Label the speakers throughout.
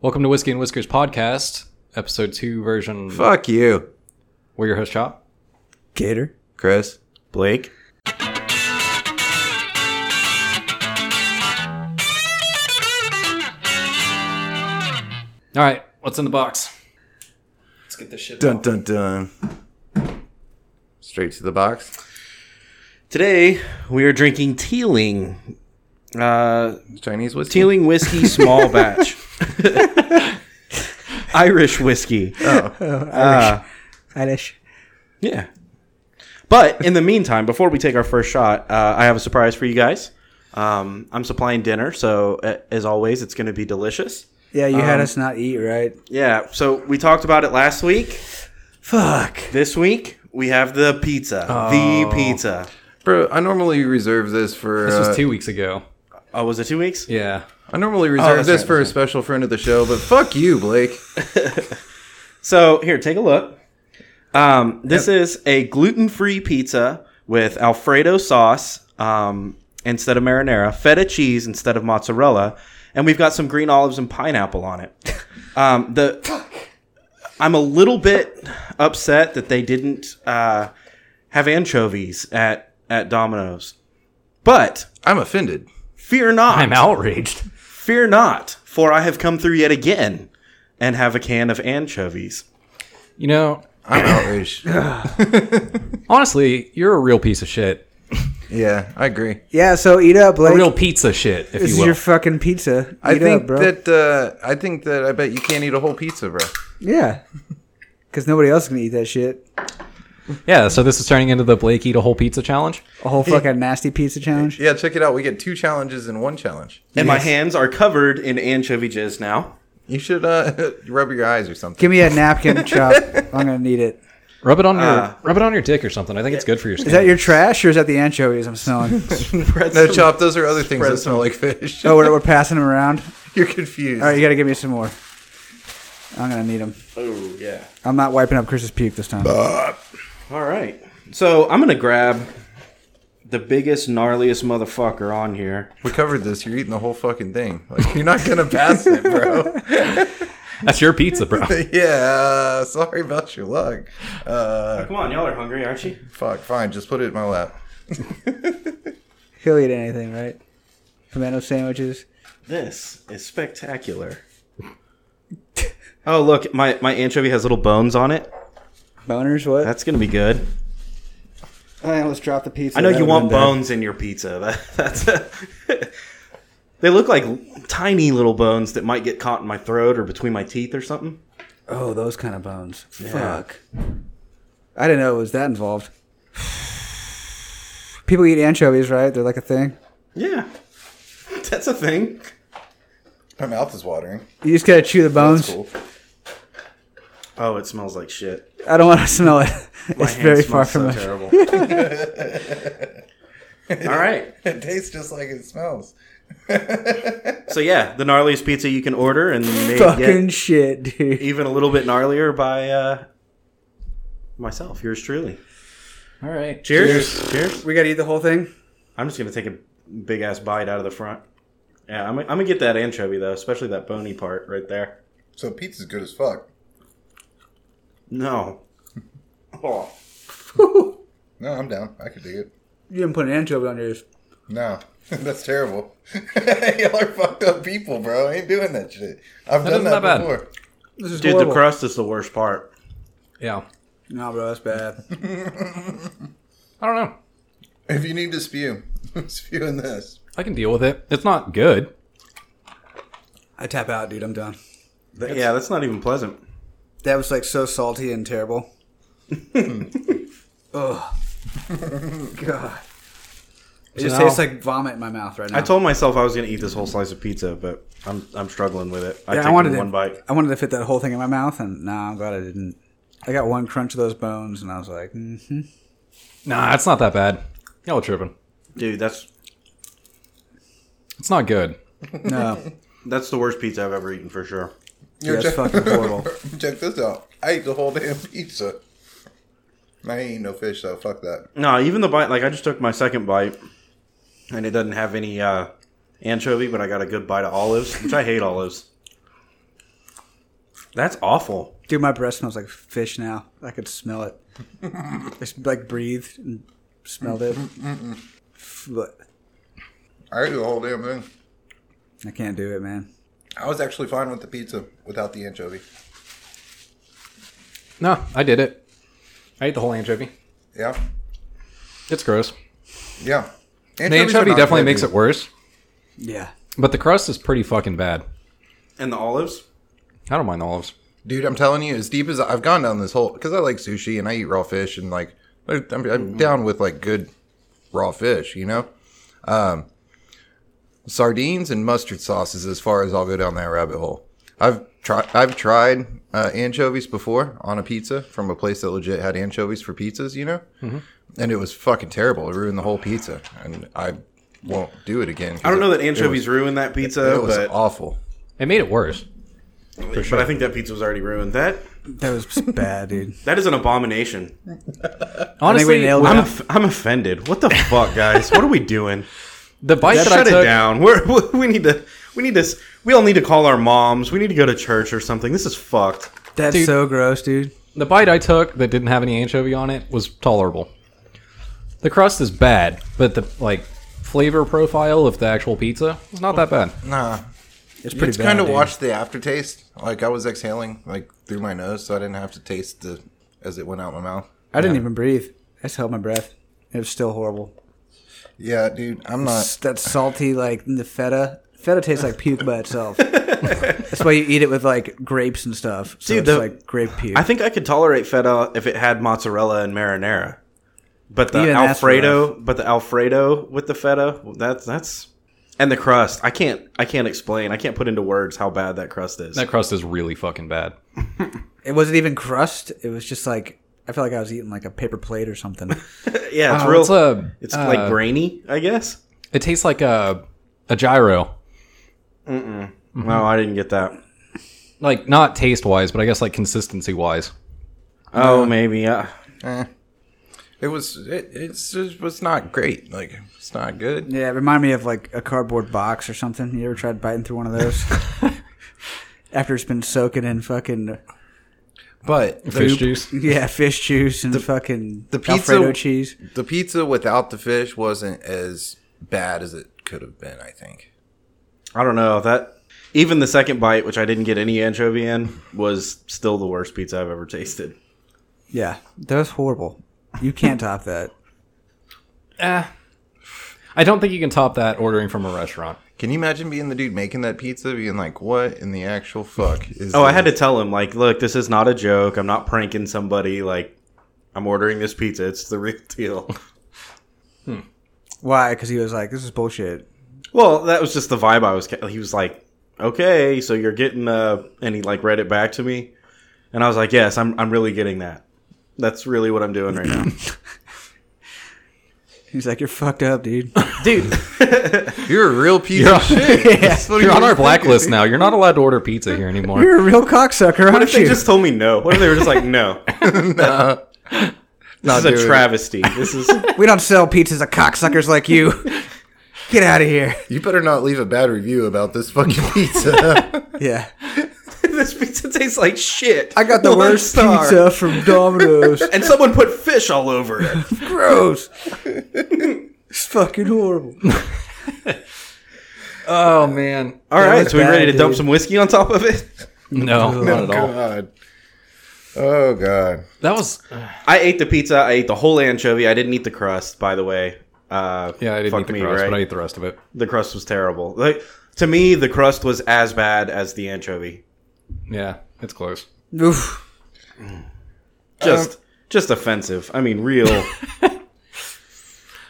Speaker 1: Welcome to Whiskey and Whiskers podcast, episode two version.
Speaker 2: Fuck you,
Speaker 1: We're your host, Chop.
Speaker 3: Gator.
Speaker 2: Chris.
Speaker 3: Blake.
Speaker 1: All right, what's in the box? Let's get this shit.
Speaker 2: Dun dun dun. Straight to the box.
Speaker 3: Today we are drinking Teeling. Uh,
Speaker 2: Chinese whiskey.
Speaker 3: Teeling whiskey small batch. Irish whiskey.
Speaker 4: Irish.
Speaker 3: Yeah. But in the meantime, before we take our first shot, uh, I have a surprise for you guys. Um, I'm supplying dinner, so uh, as always, it's going to be delicious.
Speaker 4: Yeah, you had us not eat right.
Speaker 3: Yeah, so we talked about it last week.
Speaker 4: Fuck.
Speaker 3: This week, we have the pizza. The pizza.
Speaker 2: Bro, I normally reserve this for.
Speaker 1: This
Speaker 2: uh,
Speaker 1: was two weeks ago.
Speaker 3: Oh, was it two weeks?
Speaker 1: Yeah.
Speaker 2: I normally reserve
Speaker 3: that's
Speaker 2: this
Speaker 3: right,
Speaker 2: for a special friend of the show, but fuck you, Blake.
Speaker 3: So here, take a look. Um, this is a gluten-free pizza with Alfredo sauce um, instead of marinara, feta cheese instead of mozzarella, and we've got some green olives and pineapple on it. Um, the I'm a little bit upset that they didn't uh, have anchovies at at Domino's, but
Speaker 2: I'm offended.
Speaker 3: fear not.
Speaker 1: outraged.
Speaker 3: Fear not, for I have come through yet again and have a can of anchovies.
Speaker 1: You know,
Speaker 2: I'm outraged.
Speaker 1: honestly, you're a real piece of shit.
Speaker 2: yeah, I agree.
Speaker 4: Yeah, so eat up,
Speaker 1: A
Speaker 4: Blake.
Speaker 1: real pizza shit, if
Speaker 4: this
Speaker 1: you
Speaker 4: is
Speaker 1: will.
Speaker 4: your fucking pizza. Eat
Speaker 2: I think
Speaker 4: up, bro.
Speaker 2: that uh, I think that I bet you can't eat a whole pizza, bro.
Speaker 4: yeah. Because nobody else can eat that shit.
Speaker 1: yeah. So this is turning into the Blake eat a whole pizza challenge.
Speaker 4: A whole fucking nasty pizza challenge.
Speaker 2: Yeah, check it out. We get two challenges in one challenge.
Speaker 3: And my hands are covered in anchovy jizz now.
Speaker 2: You should uh, rub your eyes or something.
Speaker 4: Give me a napkin, chop. I'm gonna need it.
Speaker 1: Rub it on your rub it on your dick or something. I think it's good for your skin.
Speaker 4: Ah. Is that your trash or is that the anchovies I'm smelling?
Speaker 2: No, chop. Those are other things that smell like fish.
Speaker 4: oh, we're, we're passing them around.
Speaker 2: You're confused.
Speaker 4: All right, you gotta give me some more. I'm gonna need them.
Speaker 3: Oh yeah.
Speaker 4: I'm not wiping up Chris's puke this time.
Speaker 3: All right. So I'm gonna grab the biggest, gnarliest motherfucker on here.
Speaker 2: We covered this. You're eating the whole fucking thing. Like you're not gonna pass it, bro.
Speaker 1: That's your pizza, bro.
Speaker 2: yeah. Sorry about your luck. Uh,
Speaker 3: Come on, y'all are hungry, aren't you?
Speaker 2: fuck. Fine. Just put it in my lap.
Speaker 4: He'll eat anything, right? Tomato sandwiches.
Speaker 3: This is spectacular. oh look, my my anchovy has little bones on it.
Speaker 4: Boners, what?
Speaker 3: That's gonna be good.
Speaker 4: All right, let's drop the pizza.
Speaker 3: I know
Speaker 4: That
Speaker 3: you
Speaker 4: would've
Speaker 3: want
Speaker 4: been bad.
Speaker 3: bones in your pizza. That, that's. they look like tiny little bones that might get caught in my throat or between my teeth or something.
Speaker 4: Oh, those kind of bones. Fuck. I didn't know it was that involved. People eat anchovies, right? They're like a thing.
Speaker 3: Yeah, that's a thing.
Speaker 2: My mouth is watering.
Speaker 4: You just gotta chew the bones.
Speaker 2: Cool.
Speaker 3: Oh, it smells like shit.
Speaker 4: I don't want to smell it.
Speaker 3: My
Speaker 4: it's
Speaker 3: hand
Speaker 4: very far
Speaker 3: smells
Speaker 4: from
Speaker 3: so
Speaker 4: it.
Speaker 3: terrible. All right.
Speaker 2: It tastes just like it smells.
Speaker 3: So yeah, the gnarliest pizza you can order, and they
Speaker 4: Fucking
Speaker 3: get
Speaker 4: shit, dude.
Speaker 3: even a little bit gnarlier by uh, myself. Yours truly.
Speaker 1: All right.
Speaker 3: Cheers. Cheers.
Speaker 4: We gotta eat the whole thing.
Speaker 3: I'm just gonna take a big ass bite out of the front. Yeah, I'm, I'm gonna get that anchovy though, especially that bony part right there.
Speaker 2: So pizza's good as fuck.
Speaker 3: No. Oh.
Speaker 2: No, I'm down. I could dig it.
Speaker 4: You didn't put an anchovy on yours.
Speaker 2: No, that's terrible. Y'all are fucked up people, bro. I ain't doing that shit. I've done
Speaker 1: isn't
Speaker 2: that,
Speaker 1: that bad.
Speaker 2: before.
Speaker 4: This is
Speaker 3: Dude,
Speaker 4: horrible.
Speaker 3: the crust is the worst part.
Speaker 1: Yeah.
Speaker 4: No, bro, that's bad.
Speaker 1: I don't know.
Speaker 2: If you need to spew, spew in this.
Speaker 1: I can deal with it. It's not good.
Speaker 4: I tap out, dude. I'm done.
Speaker 3: Th- yeah, that's not even pleasant.
Speaker 4: That was like so salty and terrible. Ugh. God. It just
Speaker 1: now-
Speaker 4: tastes like vomit in my mouth right now.
Speaker 3: I told myself I was gonna eat this whole slice of pizza, but I'm I'm struggling with it. I
Speaker 4: Yeah,
Speaker 3: took
Speaker 4: I wanted to,
Speaker 3: one bite.
Speaker 4: I wanted to fit that whole thing in my mouth, and no, I'm glad I didn't. I got one crunch of those bones, and I was like, mm-hmm.
Speaker 1: Nah, it's not that bad. Y'all are tripping.
Speaker 3: Dude, that's
Speaker 1: It's not good.
Speaker 4: no,
Speaker 3: that's the worst pizza I've ever eaten for sure.
Speaker 2: Here,
Speaker 4: that's fucking horrible.
Speaker 2: Check this out. I ate the whole damn pizza. I ain't eating no fish though. Fuck that.
Speaker 3: No, even the bite like I just took my second bite and it doesn't have any uh anchovy, but I got a good bite of olives, which I hate olives. That's awful.
Speaker 4: Dude, my breath smells like fish now. I could smell it. Just like breathed and smelled it. Fl-
Speaker 2: I ate the whole damn thing.
Speaker 4: I can't do it, man.
Speaker 2: I was actually fine with the pizza without the anchovy.
Speaker 1: No, I did it. I ate the whole anchovy.
Speaker 2: Yeah,
Speaker 1: It's gross.
Speaker 2: yeah.
Speaker 1: The anchovy definitely makes it worse,
Speaker 4: Yeah.
Speaker 1: but the crust is pretty fucking bad.
Speaker 3: And the olives?
Speaker 1: I don't mind olives.
Speaker 2: dude. I'm telling you, as deep as I've gone down this hole, because I like sushi and I eat raw fish and like I'm, I'm
Speaker 3: Mm.
Speaker 2: down with like good raw fish, you know. Um, sardines and mustard sauces, as far as I'll go down that rabbit hole. I've tried. I've tried uh, anchovies before on a pizza from a place that legit had anchovies for pizzas, you know,
Speaker 3: Mm-hmm.
Speaker 2: and it was fucking terrible. It ruined the whole pizza, and I won't do it again.
Speaker 3: I don't know that anchovies ruined that pizza,
Speaker 2: It was
Speaker 3: but,
Speaker 2: awful.
Speaker 1: It made it worse.
Speaker 3: but I think that pizza was already ruined. That
Speaker 4: That was bad, dude.
Speaker 3: that is an abomination.
Speaker 1: Honestly,
Speaker 4: nailed
Speaker 1: with
Speaker 4: it.
Speaker 3: I'm off- I'm offended. What the fuck, guys? What are we doing?
Speaker 1: the bite that I
Speaker 3: Shut it
Speaker 1: took,
Speaker 3: down. We're, we we need to we need to s- we all need to call our moms. We need to go to church or something. This is fucked.
Speaker 4: That's
Speaker 1: Dude.
Speaker 4: so gross, dude.
Speaker 1: the bite I took that didn't have any anchovy on it was tolerable. The crust is bad, but the like flavor profile of the actual pizza is not that bad.
Speaker 3: Mm.
Speaker 2: Nah,
Speaker 4: It's pretty
Speaker 2: it's
Speaker 4: bad.
Speaker 2: kind of
Speaker 4: dude.
Speaker 2: watched the aftertaste. Like I was exhaling like through my nose, so I didn't have to taste the as it went out my mouth.
Speaker 4: I didn't even breathe. I just held my breath. It was still horrible.
Speaker 2: Yeah, dude, I'm not.
Speaker 4: that salty like the feta. Feta tastes like puke by itself. That's why you eat it with like grapes and stuff. So
Speaker 3: Dude,
Speaker 4: it's
Speaker 3: the-
Speaker 4: like grape puke.
Speaker 3: I think I could tolerate feta if it had mozzarella and marinara. But the
Speaker 4: Even that's
Speaker 3: alfredo, but the alfredo with the feta, that's that's and the crust. I can't I can't explain. I can't put into words how bad that crust is.
Speaker 1: That crust is really fucking bad.
Speaker 4: it wasn't even crust. It was just like I felt like I was eating like a paper plate or something.
Speaker 3: yeah, it's
Speaker 1: Uh,
Speaker 3: real
Speaker 1: it's a-
Speaker 3: it's
Speaker 1: uh,
Speaker 3: like grainy, I guess.
Speaker 1: It tastes like a a gyro,
Speaker 3: Mm-hmm. No, I didn't get that.
Speaker 1: like not taste wise, but I guess like consistency wise.
Speaker 3: Oh, maybe. Uh,
Speaker 2: eh. It was. It, it's it was not great. Like it's not good.
Speaker 4: yeah, it reminded me of like a cardboard box or something. You ever tried biting through one of those? After it's been soaking in fucking
Speaker 2: But
Speaker 1: Fish
Speaker 2: the,
Speaker 1: juice.
Speaker 4: yeah fish juice and fucking
Speaker 2: the pizza-
Speaker 4: Alfredo cheese.
Speaker 2: the pizza without the fish wasn't as bad as it could have been. I think.
Speaker 3: I don't know that. Even the second bite, which I didn't get any anchovy in, was still the worst pizza I've ever tasted.
Speaker 4: Yeah, that was horrible. You can't top that.
Speaker 1: Eh. I don't think you can top that ordering from a restaurant.
Speaker 2: Can you imagine being the dude making that pizza, being like, "What in the actual fuck is?"
Speaker 3: Oh, I
Speaker 2: this?"
Speaker 3: had to tell him like, look, this is not a joke. I'm not pranking somebody. Like, I'm ordering this pizza. It's the real deal.
Speaker 4: Why? Because he was like, "This is bullshit."
Speaker 3: well, that was just the vibe I was. He was like, okay, so you're getting uh, and he like read it back to me, and I was like, yes, I'm I'm really getting that. That's really what I'm doing right now,
Speaker 4: He's like, "You're fucked up, dude."
Speaker 3: dude.
Speaker 2: You're a real piece of shit. That's what
Speaker 1: You're
Speaker 2: he
Speaker 1: on
Speaker 2: was
Speaker 1: our
Speaker 2: thinking.
Speaker 1: blacklist now. You're not allowed to order pizza here anymore.
Speaker 4: You're a real cocksucker,
Speaker 3: What
Speaker 4: aren't
Speaker 3: if they
Speaker 4: you?
Speaker 3: just told me no? What if they were just like, no?
Speaker 2: Not
Speaker 3: This is
Speaker 2: doing
Speaker 3: a
Speaker 2: it.
Speaker 3: travesty. This is
Speaker 4: we don't sell pizzas to cocksuckers like you. Get out of here.
Speaker 2: You better not leave a bad review about this fucking pizza.
Speaker 4: Yeah,
Speaker 3: this pizza tastes like shit.
Speaker 4: I got the
Speaker 3: One
Speaker 4: worst
Speaker 3: star.
Speaker 4: pizza from Domino's.
Speaker 3: and someone put fish all over it.
Speaker 4: Gross. it's fucking horrible.
Speaker 1: Oh man.
Speaker 3: All
Speaker 4: That
Speaker 3: right,
Speaker 4: was
Speaker 3: so we
Speaker 4: bad,
Speaker 3: ready to dump
Speaker 4: dude.
Speaker 3: some whiskey on top of it?
Speaker 1: No, not at all.
Speaker 2: God. Oh God.
Speaker 1: That was
Speaker 3: I ate the pizza. I ate the whole anchovy. I didn't eat the crust, by the way. Uh,
Speaker 1: yeah. I didn't
Speaker 3: fuck
Speaker 1: eat the
Speaker 3: me,
Speaker 1: crust,
Speaker 3: right?
Speaker 1: but I ate the rest of it.
Speaker 3: the crust was terrible. Like to me, the crust was as bad as the anchovy.
Speaker 1: Yeah, it's close.
Speaker 4: Oof. Um,
Speaker 3: Just, just offensive. I mean, real.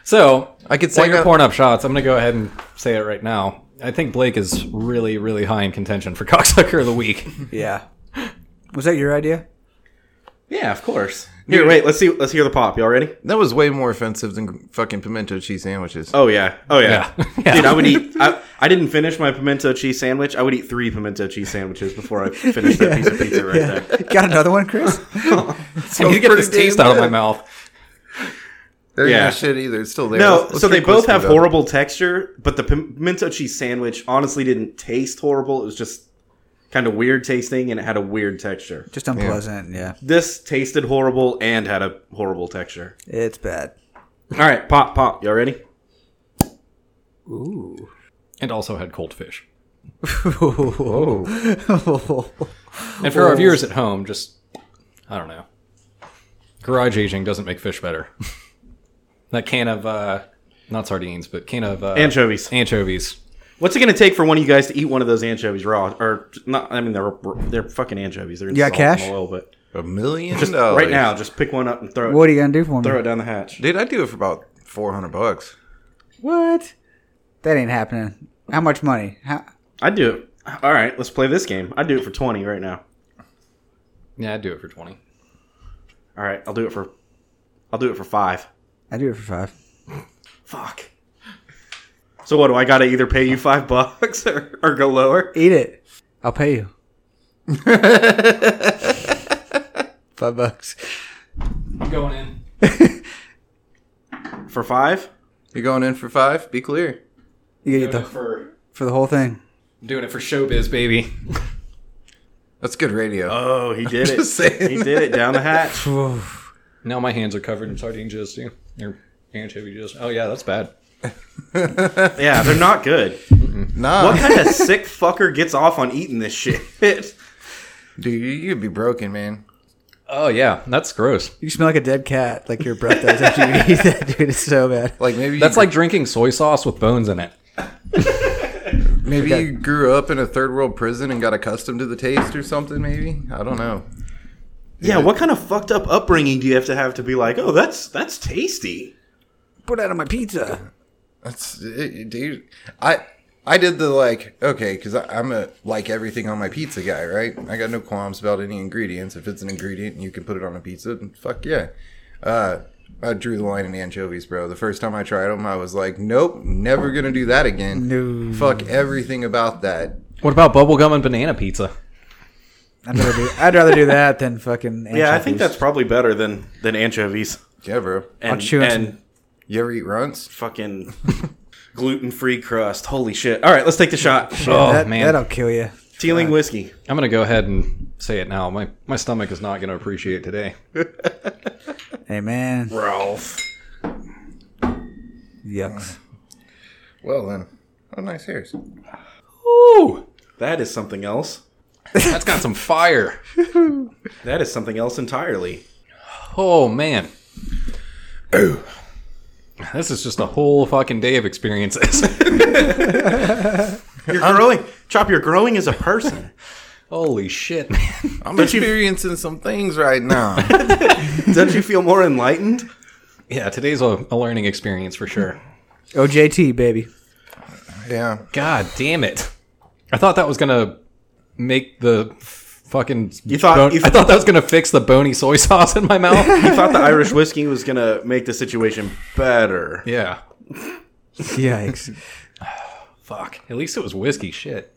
Speaker 1: So
Speaker 2: I could
Speaker 1: While
Speaker 2: say
Speaker 1: you're
Speaker 2: that-
Speaker 1: pouring up shots, I'm going to go ahead and say it right now. I think Blake is really, really high in contention for cocksucker of the week.
Speaker 4: Yeah. Was that your idea?
Speaker 3: yeah, of course. Here, wait. Let's see. Let's hear the pop. Y'all ready?
Speaker 2: That was way more offensive than fucking pimento cheese sandwiches.
Speaker 3: Oh yeah. Oh yeah.
Speaker 1: Yeah. Yeah.
Speaker 3: Dude, I would eat. I, I didn't finish my pimento cheese sandwich. I would eat three pimento cheese sandwiches before I finished that piece of pizza right
Speaker 4: Yeah.
Speaker 3: there.
Speaker 4: Got another one, Chris?
Speaker 1: I need to get this
Speaker 2: pretty
Speaker 1: taste
Speaker 2: damn
Speaker 1: out of my
Speaker 2: good.
Speaker 1: mouth.
Speaker 2: They're
Speaker 3: Yeah.
Speaker 2: not Oh, shit either. It's still there.
Speaker 3: No,
Speaker 2: Let's- let's
Speaker 3: so they
Speaker 2: drink
Speaker 3: both
Speaker 2: whiskey
Speaker 3: have
Speaker 2: about it.
Speaker 3: horrible texture, but the pimento cheese sandwich honestly didn't taste horrible. It was just kind of weird tasting and it had a weird texture.
Speaker 4: Just unpleasant. Yeah.
Speaker 3: This tasted horrible and had a horrible texture.
Speaker 4: It's bad.
Speaker 3: All right, pop, pop. Y'all ready?
Speaker 4: Ooh.
Speaker 1: and also had cold fish.
Speaker 4: Oh.
Speaker 1: And for our viewers at home, just I don't know. Garage aging doesn't make fish better. that can of uh, not sardines, but can of uh,
Speaker 3: Anchovies.
Speaker 1: Anchovies.
Speaker 3: What's it going to take for one of you guys to eat one of those anchovies raw? Or not? I mean, they're they're fucking anchovies. They're in
Speaker 4: You got
Speaker 3: salt and
Speaker 4: cash?
Speaker 3: oil, but
Speaker 2: A million
Speaker 3: just
Speaker 2: dollars
Speaker 3: right now, just pick one up and throw it.
Speaker 4: what are you gonna do for me?
Speaker 3: Throw it down the hatch.
Speaker 2: dude. I'd do it for about four hundred bucks.
Speaker 4: What? That ain't happening. How much money? How?
Speaker 3: I'd do it. All right, let's play this game. I'd do it for twenty right now.
Speaker 1: Yeah, I'd do it for twenty.
Speaker 3: All right, I'll do it for, I'll do it for five.
Speaker 4: I do it for five.
Speaker 3: Fuck. So what do I got to either pay you five bucks or, or go lower?
Speaker 4: Eat it. I'll pay you. five bucks.
Speaker 1: I'm going in.
Speaker 3: For five?
Speaker 2: You're going in for five. Be clear.
Speaker 4: You
Speaker 1: Doing
Speaker 4: get the
Speaker 1: it for
Speaker 4: for the whole thing.
Speaker 1: doing it for showbiz, baby.
Speaker 2: That's good radio.
Speaker 3: Oh, he did it.
Speaker 2: Just saying.
Speaker 3: He did it down the hatch.
Speaker 4: Oof.
Speaker 1: Now my hands are covered in sardine juice too, or anchovy juice. Oh yeah, that's bad.
Speaker 3: Yeah, they're not good.
Speaker 2: nah,
Speaker 3: What kind of sick fucker gets off on eating this shit?
Speaker 2: dude, you- you'd be broken, man.
Speaker 1: Oh yeah, that's gross.
Speaker 4: You smell like a dead cat. Like your breath does after you eat that, dude. It's so bad.
Speaker 2: Like maybe
Speaker 1: That's
Speaker 2: you,
Speaker 1: like drinking soy sauce with bones in it.
Speaker 2: maybe you grew up in a third world prison and got accustomed to the taste or something. Maybe I don't know.
Speaker 3: Yeah, what kind of fucked up upbringing do you have to have to be like, oh, that's that's tasty?
Speaker 4: Put out on my pizza.
Speaker 2: That's it, dude. I I did the like okay because I'm a like everything on my pizza guy, right? I got no qualms about any ingredients. If it's an ingredient and you can put it on a pizza, then fuck yeah. Uh, I drew the line in anchovies, bro. The first time I tried them, I was like, nope, never gonna do that again.
Speaker 4: No.
Speaker 2: Fuck everything about that.
Speaker 1: What about bubblegum and banana pizza?
Speaker 4: I'd rather do, I'd rather do that than fucking.
Speaker 3: Yeah, I think
Speaker 4: anchovies.
Speaker 3: that's probably better than than anchovies
Speaker 2: Yeah, bro.
Speaker 3: and
Speaker 4: chew on
Speaker 3: and
Speaker 4: some-
Speaker 2: You ever eat runts?
Speaker 3: fucking gluten free crust. Holy shit! All right, let's take the shot.
Speaker 1: oh
Speaker 4: that,
Speaker 1: man,
Speaker 4: that'll kill you.
Speaker 3: Teeling whiskey.
Speaker 1: I'm gonna go ahead and say it now. My my stomach is not gonna appreciate today.
Speaker 4: Hey man,
Speaker 3: Ralph.
Speaker 4: yucks.
Speaker 2: Well then, oh nice hairs.
Speaker 1: Ooh,
Speaker 3: That is something else.
Speaker 1: that's got some fire.
Speaker 3: That is something else entirely.
Speaker 1: Oh man. This is just a whole fucking day of experiences.
Speaker 3: You're growing. Chop, you're growing as a person.
Speaker 1: Holy shit, man.
Speaker 2: I'm
Speaker 3: Don't you-
Speaker 2: experiencing some things right now.
Speaker 3: Don't you feel more enlightened?
Speaker 1: Yeah, today's a, a learning experience for sure.
Speaker 4: OJT baby.
Speaker 2: yeah.
Speaker 1: God damn it. I thought that was gonna make the f- fucking you
Speaker 3: thought- you
Speaker 1: I thought that was gonna fix the bony soy sauce in my mouth.
Speaker 3: You thought the Irish whiskey was gonna make the situation better.
Speaker 1: yeah.
Speaker 4: Yikes.
Speaker 1: Fuck. At least it was whiskey shit.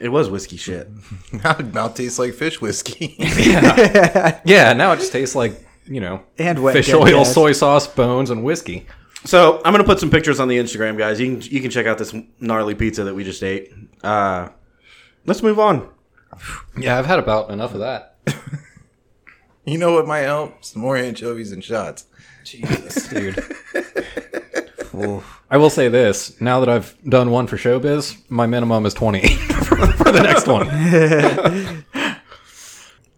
Speaker 3: It was whiskey shit.
Speaker 2: Now it now tastes like fish whiskey.
Speaker 1: Yeah, now it just tastes like, you know,
Speaker 4: And wet
Speaker 1: fish
Speaker 4: dead
Speaker 1: oil,
Speaker 4: cat.
Speaker 1: soy sauce, bones, and whiskey.
Speaker 3: So I'm gonna put some pictures on the Instagram, guys. You can you can check out this gnarly pizza that we just ate. Uh, let's move on.
Speaker 1: Yeah, I've had about enough of that.
Speaker 2: You know what might help? Some more anchovies and shots.
Speaker 1: Jesus, dude. I will say this: now that I've done one for showbiz, my minimum is twenty for, for the next one.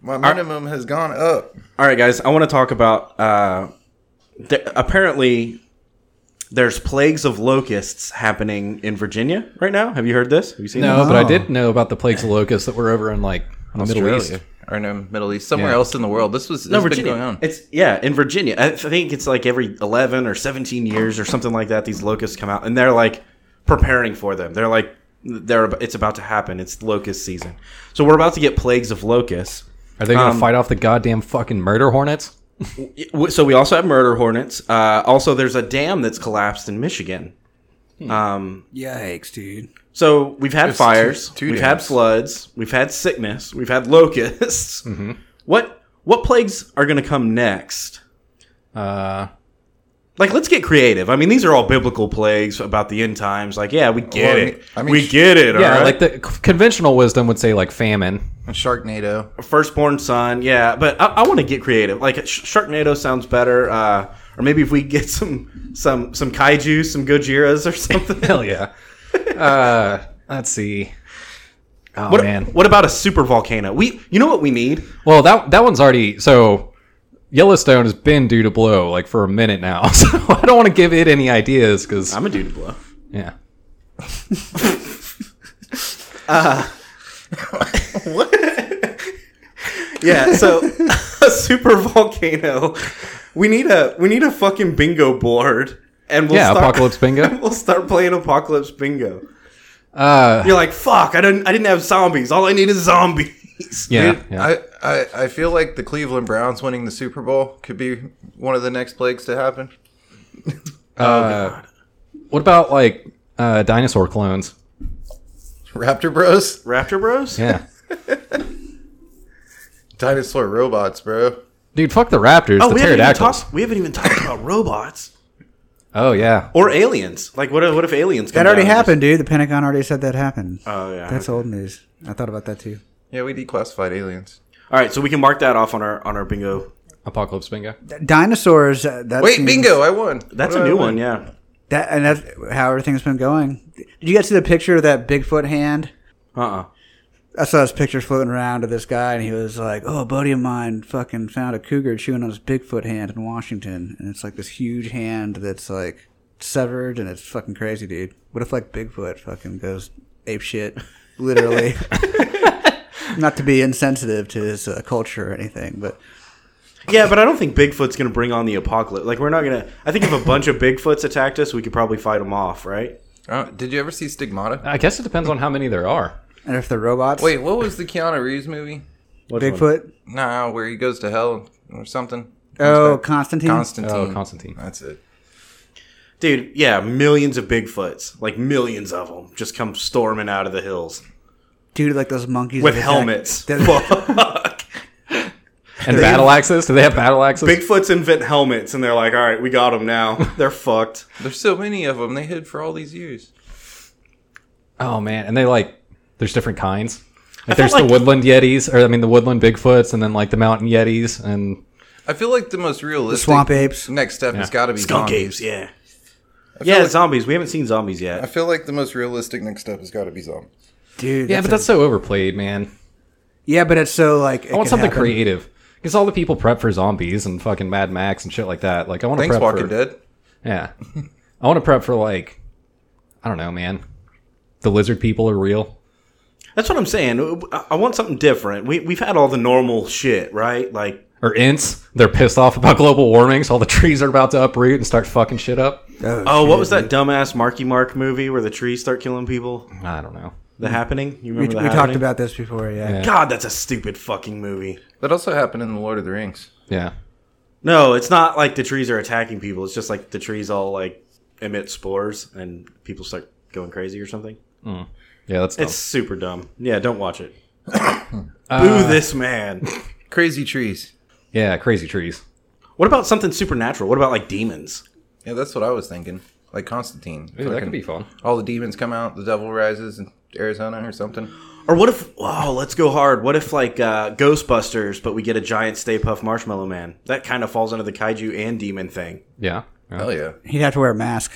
Speaker 2: My minimum has gone up.
Speaker 3: All right, guys. I want to talk about. Uh, th- apparently, there's plagues of locusts happening in Virginia right now. Have you heard this? Have you seen?
Speaker 1: No,
Speaker 3: this?
Speaker 1: but I did know about the plagues of locusts that were over in like the Middle East.
Speaker 2: Or no, Middle East, somewhere
Speaker 1: Yeah.
Speaker 2: else in the world. This was this
Speaker 3: No,
Speaker 2: has been
Speaker 3: Virginia.
Speaker 2: going on.
Speaker 3: It's yeah, in Virginia. I think it's like every eleven or seventeen years or something like that. These locusts come out, and they're like preparing for them. They're like they're it's about to happen. It's locust season, so we're about to get plagues of locusts.
Speaker 1: Are they going to
Speaker 3: Um,
Speaker 1: fight off the goddamn fucking murder hornets?
Speaker 3: W- So we also have murder hornets. Uh, also, there's a dam that's collapsed in Michigan. Um,
Speaker 4: Yikes, dude.
Speaker 3: so we've had fires,
Speaker 2: two
Speaker 3: we've had
Speaker 2: dams.
Speaker 3: floods, we've had sickness, we've had locusts.
Speaker 2: Mm-hmm.
Speaker 3: What what plagues are going to come next?
Speaker 1: Uh,
Speaker 3: Like, let's get creative. I mean, these are all biblical plagues about the end times. Like, yeah, we get
Speaker 2: Well, I mean-
Speaker 3: it.
Speaker 2: I mean,
Speaker 3: we
Speaker 2: sh-
Speaker 3: get it.
Speaker 1: Yeah,
Speaker 3: all right?
Speaker 1: like the c- conventional wisdom would say like famine.
Speaker 2: Sharknado.
Speaker 3: firstborn son. Yeah, but I, I want to get creative. Like Sh- Sharknado sounds better, uh, or maybe if we get some some some kaiju, some Gojiras or something.
Speaker 1: Hell yeah. Uh, let's see. Oh
Speaker 3: what,
Speaker 1: man.
Speaker 3: what about a super volcano? We you know what we need?
Speaker 1: Well, that that one's already so. Yellowstone has been due to blow like for a minute now, so I don't want to give it any ideas because
Speaker 3: I'm a dude to blow.
Speaker 1: yeah.
Speaker 3: Yeah, so a super volcano. We need a we need a fucking bingo board, and we'll
Speaker 1: Yeah,
Speaker 3: start,
Speaker 1: Apocalypse Bingo.
Speaker 3: and we'll start playing apocalypse bingo.
Speaker 1: Uh,
Speaker 3: You're like fuck. I didn't I didn't have zombies. All I need is zombies.
Speaker 1: yeah,
Speaker 2: Dude,
Speaker 1: yeah.
Speaker 2: I, I, I feel like the Cleveland Browns winning the Super Bowl could be one of the next plagues to happen.
Speaker 1: Uh, what about like uh, dinosaur clones?
Speaker 2: Raptor Bros,
Speaker 3: Raptor Bros.
Speaker 1: Yeah,
Speaker 2: dinosaur robots, bro.
Speaker 1: dude, fuck the raptors,
Speaker 3: Oh,
Speaker 1: the
Speaker 3: we haven't, even
Speaker 1: pterodactyls.
Speaker 3: talked, we haven't even talked about robots
Speaker 1: oh yeah,
Speaker 3: or aliens. Like, what if, what if aliens? Come
Speaker 4: That already
Speaker 3: down and
Speaker 4: happened, dude. The Pentagon already said that happened.
Speaker 3: Oh, yeah.
Speaker 4: That's old news. I thought about that too.
Speaker 2: Yeah, we declassified aliens.
Speaker 3: just- All right, so we can mark that off on our on our bingo.
Speaker 1: apocalypse bingo.
Speaker 4: D- Dinosaurs. uh, That
Speaker 2: Wait,
Speaker 4: seems-
Speaker 2: bingo! I won.
Speaker 3: That's
Speaker 2: What do
Speaker 3: a
Speaker 2: I
Speaker 3: new
Speaker 2: win?
Speaker 3: one, yeah.
Speaker 4: That and that's how everything's been going. Did you guys see the picture of that Bigfoot hand?
Speaker 3: Uh uh
Speaker 4: I saw this picture floating around of this guy, and he was like, "Oh, a buddy of mine fucking found a cougar chewing on his Bigfoot hand in Washington, and it's like this huge hand that's like severed, and it's fucking crazy, dude. What if like Bigfoot fucking goes ape shit, literally? Not to be insensitive to his uh, culture or anything, but
Speaker 3: Yeah, but I don't think Bigfoot's going to bring on the apocalypse. Like, we're not going to. I think if a bunch of Bigfoots attacked us, we could probably fight them off, right?
Speaker 2: Oh, did you ever see Stigmata?
Speaker 1: I guess it depends on how many there are.
Speaker 4: and if the robots,
Speaker 2: Wait, what was the Keanu Reeves movie?
Speaker 4: Bigfoot,
Speaker 2: Nah, where he goes to hell or something.
Speaker 4: oh Constantine,
Speaker 2: Constantine.
Speaker 1: Oh, Constantine.
Speaker 2: That's it.
Speaker 3: Dude, yeah, millions of Bigfoots, like millions of them, just come storming out of the hills
Speaker 4: dude, like those monkeys
Speaker 3: with
Speaker 4: that attack-
Speaker 3: helmets.
Speaker 4: that-
Speaker 3: Fuck.
Speaker 1: And battle axes? Do they have battle axes?
Speaker 3: Bigfoots invent helmets, and they're like, all right, we got them now. They're fucked.
Speaker 2: There's so many of them. They hid for all these years.
Speaker 1: oh man, and they like there's different kinds.
Speaker 3: felt
Speaker 1: Like there's
Speaker 3: like-
Speaker 1: the woodland yetis, or I mean the woodland bigfoots, and then like the mountain yetis, and
Speaker 2: I feel like the most realistic
Speaker 4: swamp apes.
Speaker 2: next step has got to be
Speaker 3: Skunk
Speaker 2: zombies.
Speaker 3: apes, yeah. Yeah,
Speaker 2: like-
Speaker 3: zombies. We haven't seen zombies
Speaker 2: I
Speaker 3: yet.
Speaker 2: feel like the most realistic next step has got to be zombies.
Speaker 4: dude.
Speaker 1: yeah, but
Speaker 4: a-
Speaker 1: that's so overplayed, man.
Speaker 4: yeah, but it's so like it
Speaker 1: I want
Speaker 4: could
Speaker 1: something
Speaker 4: happen.
Speaker 1: creative. Because all the people prep for zombies and fucking Mad Max and shit like that. Like I want to
Speaker 2: Thanks,
Speaker 1: prep
Speaker 2: Walking
Speaker 1: for
Speaker 2: Dead.
Speaker 1: yeah. I want to prep for like I don't know, man. The lizard people are real.
Speaker 3: That's what I'm saying. I I want something different. We, we've had all the normal shit, right? Like,
Speaker 1: Or ints. They're pissed off about global warming, so all the trees are about to uproot and start fucking shit up.
Speaker 3: oh, what was that dumbass Marky Mark movie where the trees start killing people?
Speaker 1: I don't know.
Speaker 3: The Happening? You
Speaker 4: Mm. We,
Speaker 3: remember
Speaker 4: we
Speaker 3: The
Speaker 4: talked
Speaker 3: Happening?
Speaker 4: about this before, yeah.
Speaker 1: Yeah.
Speaker 3: God, that's a stupid fucking movie.
Speaker 2: That also happened in The Lord of the Rings.
Speaker 1: Yeah.
Speaker 3: No, it's not like the trees are attacking people. It's just like the trees all like emit spores and people start going crazy or something.
Speaker 1: Yeah, that's dumb.
Speaker 3: It's super dumb. Yeah, don't watch it.
Speaker 4: Hmm. Uh,
Speaker 3: Boo this man.
Speaker 2: Crazy trees.
Speaker 1: yeah, crazy trees.
Speaker 3: What about something supernatural? What about like demons?
Speaker 2: Yeah, that's what I was thinking. Like Constantine.
Speaker 1: Ooh, that
Speaker 2: Fucking-
Speaker 1: could be fun.
Speaker 2: All the demons come out. The devil rises in Arizona or something.
Speaker 3: Or what if wow, let's go hard. What if like uh, Ghostbusters, but we get a giant Stay Puff Marshmallow Man? That kind of falls under the kaiju and demon thing.
Speaker 1: Yeah. Yeah.
Speaker 2: Hell yeah.
Speaker 4: He'd have to wear a mask.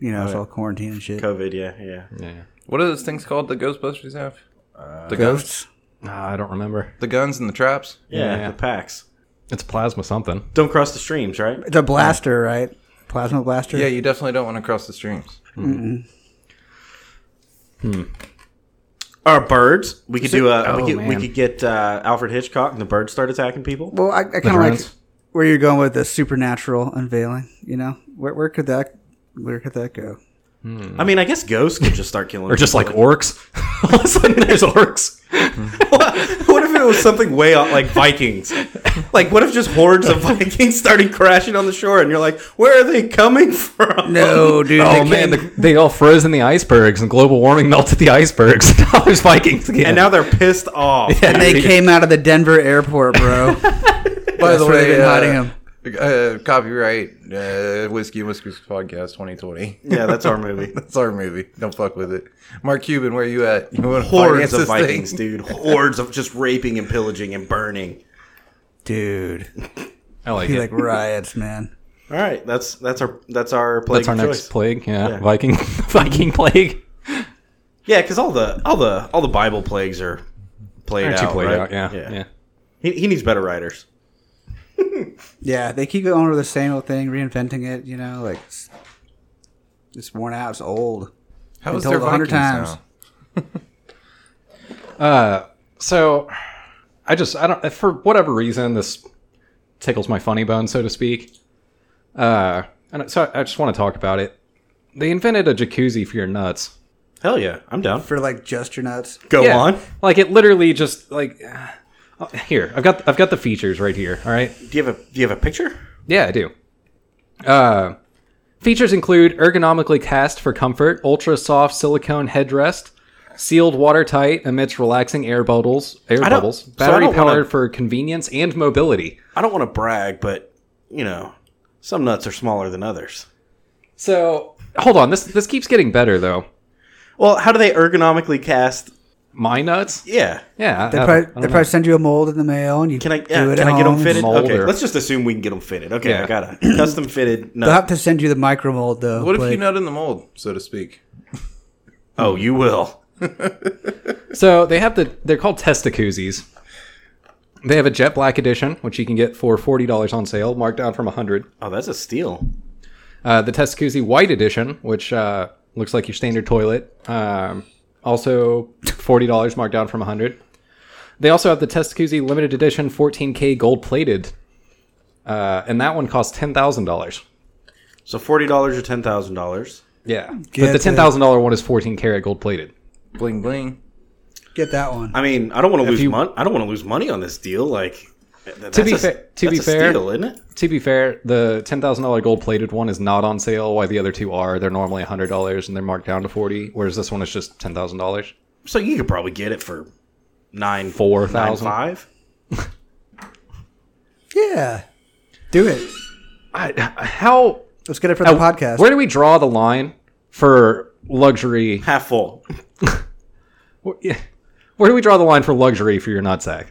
Speaker 4: You know, it's all quarantine and shit.
Speaker 3: COVID, yeah, yeah.
Speaker 1: yeah.
Speaker 2: What are those things called? The Ghostbusters have the guns,
Speaker 4: Ghosts.
Speaker 1: Ah, I don't remember.
Speaker 2: the guns and the traps.
Speaker 3: Yeah,
Speaker 1: Yeah.
Speaker 3: the packs.
Speaker 1: It's plasma something.
Speaker 3: Don't cross the streams, right?
Speaker 4: It's a blaster, right? Plasma blaster.
Speaker 2: Yeah, you definitely don't want to cross the streams.
Speaker 3: Or birds. We could do a
Speaker 1: oh,
Speaker 3: we could we
Speaker 1: man.
Speaker 3: could get uh, Alfred Hitchcock and the birds start attacking people.
Speaker 4: Well, I, I kind of like
Speaker 1: drones.
Speaker 4: where you're going with the supernatural unveiling. You know, where where could that where could that go?
Speaker 3: I mean, I guess ghosts could just start killing
Speaker 1: Or just like orcs. All of a sudden there's orcs.
Speaker 3: what if it was something way off, like Vikings? Like, what if just hordes of Vikings started crashing on the shore, and you're like, "Where are they coming from?"
Speaker 4: No, dude.
Speaker 1: Oh man, the, they all froze in the icebergs, and global warming melted the icebergs. now there's Vikings again.
Speaker 3: And now they're pissed off.
Speaker 4: and they came out of the Denver airport, bro.
Speaker 2: By
Speaker 4: That's where they've been hiding 'em.
Speaker 2: Uh, copyright uh, Whiskey and Whiskers Podcast 2020.
Speaker 3: Yeah, that's our movie.
Speaker 2: That's our movie. Don't fuck with it. Mark Cuban, where you at? You want to
Speaker 3: Hordes
Speaker 2: finance
Speaker 3: of
Speaker 2: this
Speaker 3: Vikings,
Speaker 2: thing?
Speaker 3: dude. Hordes of just raping and pillaging and burning.
Speaker 4: dude.
Speaker 1: I like
Speaker 4: Be
Speaker 1: it.
Speaker 4: like riots, man.
Speaker 3: All right, that's that's our that's our plague
Speaker 1: That's our
Speaker 3: of
Speaker 1: next
Speaker 3: choice.
Speaker 1: plague. Yeah,
Speaker 3: Yeah.
Speaker 1: Viking Viking plague.
Speaker 3: yeah, because all the all the all the Bible plagues are played
Speaker 1: Aren't you
Speaker 3: out.
Speaker 1: played
Speaker 3: right?
Speaker 1: out? Yeah, yeah.
Speaker 3: He, he needs better writers.
Speaker 4: Yeah, they keep going over the same old thing, reinventing it. You know, like it's, it's worn out. It's old.
Speaker 2: How
Speaker 4: Been
Speaker 2: is there
Speaker 4: told a hundred
Speaker 2: Vikings
Speaker 4: times.
Speaker 2: now?
Speaker 1: So, I just I don't for whatever reason this tickles my funny bone, so to speak. Uh, and so I, I just want to talk about it. They invented a jacuzzi for your nuts.
Speaker 3: Hell yeah, I'm down.
Speaker 4: For like just your nuts.
Speaker 3: Go
Speaker 1: Yeah.
Speaker 3: on.
Speaker 1: Like it literally just like uh, here. I've got I've got the features right here. All right.
Speaker 3: Do you have a do you have a picture?
Speaker 1: Yeah, I do. Uh, features include ergonomically cast for comfort, ultra soft silicone headrest, sealed watertight amidst relaxing air bubbles, air
Speaker 3: don't-
Speaker 1: bubbles,
Speaker 3: so I
Speaker 1: battery
Speaker 3: don't wanna-
Speaker 1: powered for convenience and mobility.
Speaker 3: I don't want to brag, but you know, some nuts are smaller than others.
Speaker 1: So hold on, this this keeps getting better though.
Speaker 3: Well, how do they ergonomically cast?
Speaker 1: My nuts?
Speaker 3: Yeah,
Speaker 1: Yeah,
Speaker 4: They
Speaker 1: I- I
Speaker 4: probably,
Speaker 1: don't
Speaker 4: they
Speaker 1: know.
Speaker 4: probably send you a mold in the mail, and you
Speaker 3: can I?
Speaker 4: do
Speaker 3: Yeah,
Speaker 4: it
Speaker 3: can
Speaker 4: at
Speaker 3: I get them
Speaker 4: home.
Speaker 3: fitted?
Speaker 1: Mold
Speaker 3: Okay,
Speaker 1: or-
Speaker 3: let's just assume we can get them fitted. Okay,
Speaker 1: Yeah.
Speaker 3: I got a custom fitted
Speaker 4: They'll
Speaker 3: nut.
Speaker 4: have to send you the micro mold though.
Speaker 2: What if you
Speaker 4: Blake.
Speaker 2: nut in the mold, so to speak?
Speaker 3: Oh, you will.
Speaker 1: So they have the they're called testacoozis. They have a jet black edition, which you can get for forty dollars on sale, marked down from a hundred.
Speaker 3: Oh, that's a steal.
Speaker 1: Uh, the Testacuzzi White Edition, which uh, looks like your standard toilet, um, also forty dollars marked down from a hundred. They also have the Testacuzzi Limited Edition 14K gold plated, uh, and that one costs ten thousand dollars.
Speaker 3: So forty dollars or ten thousand dollars.
Speaker 1: Yeah, but
Speaker 4: Get
Speaker 1: the
Speaker 4: it.
Speaker 1: ten thousand dollar one is 14 karat gold plated.
Speaker 2: Bling bling.
Speaker 4: get that one?
Speaker 3: I mean, I don't want to lose
Speaker 1: you-
Speaker 3: money. I don't want to lose money on this deal. Like, th- that's
Speaker 1: be
Speaker 3: a-
Speaker 1: fair- to
Speaker 3: that's
Speaker 1: be
Speaker 3: a
Speaker 1: fair-
Speaker 3: steal, isn't it?
Speaker 1: To be fair, the ten thousand dollar gold plated one is not on sale, while the other two are. They're normally hundred dollars and they're marked down to forty, whereas this one is just ten thousand dollars.
Speaker 3: So you could probably get it for nine
Speaker 1: Four
Speaker 3: nine
Speaker 1: thousand.
Speaker 3: five.
Speaker 4: yeah, do it.
Speaker 1: How
Speaker 4: Let's get it for the podcast.
Speaker 1: Oh, Where do we draw the line for luxury?
Speaker 3: half full.
Speaker 1: Where yeah. Where do we draw the line for luxury for your nutsack?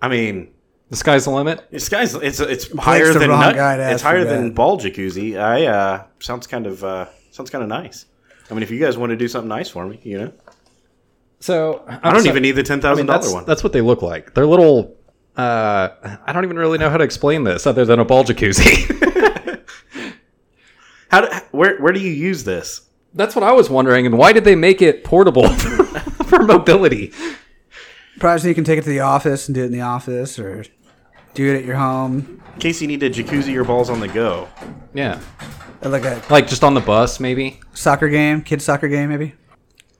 Speaker 3: I mean,
Speaker 1: The sky's the limit.
Speaker 3: this guy's it's it's higher
Speaker 4: the
Speaker 3: than
Speaker 4: wrong
Speaker 3: nut.
Speaker 4: guy to
Speaker 3: It's
Speaker 4: ask for
Speaker 3: higher than
Speaker 4: that.
Speaker 3: ball jacuzzi. I uh, sounds kind of uh, sounds kind of nice. I mean, if you guys want to do something nice for me, you know,
Speaker 1: So I'm
Speaker 3: I don't
Speaker 1: so-
Speaker 3: even need the ten thousand thousand dollar
Speaker 1: that's,
Speaker 3: one.
Speaker 1: that's what they look like. They're little. Uh, I don't even really know how to explain this other than a ball jacuzzi.
Speaker 3: How do, where where do you use this?
Speaker 1: that's what I was wondering. And why did they make it portable for mobility?
Speaker 4: Probably so you can take it to the office and do it in the office, or do it at your home.
Speaker 3: In case you need to jacuzzi your balls on the go.
Speaker 1: Yeah,
Speaker 4: At like a
Speaker 1: like just on the bus, maybe.
Speaker 4: soccer game, kids soccer game, maybe.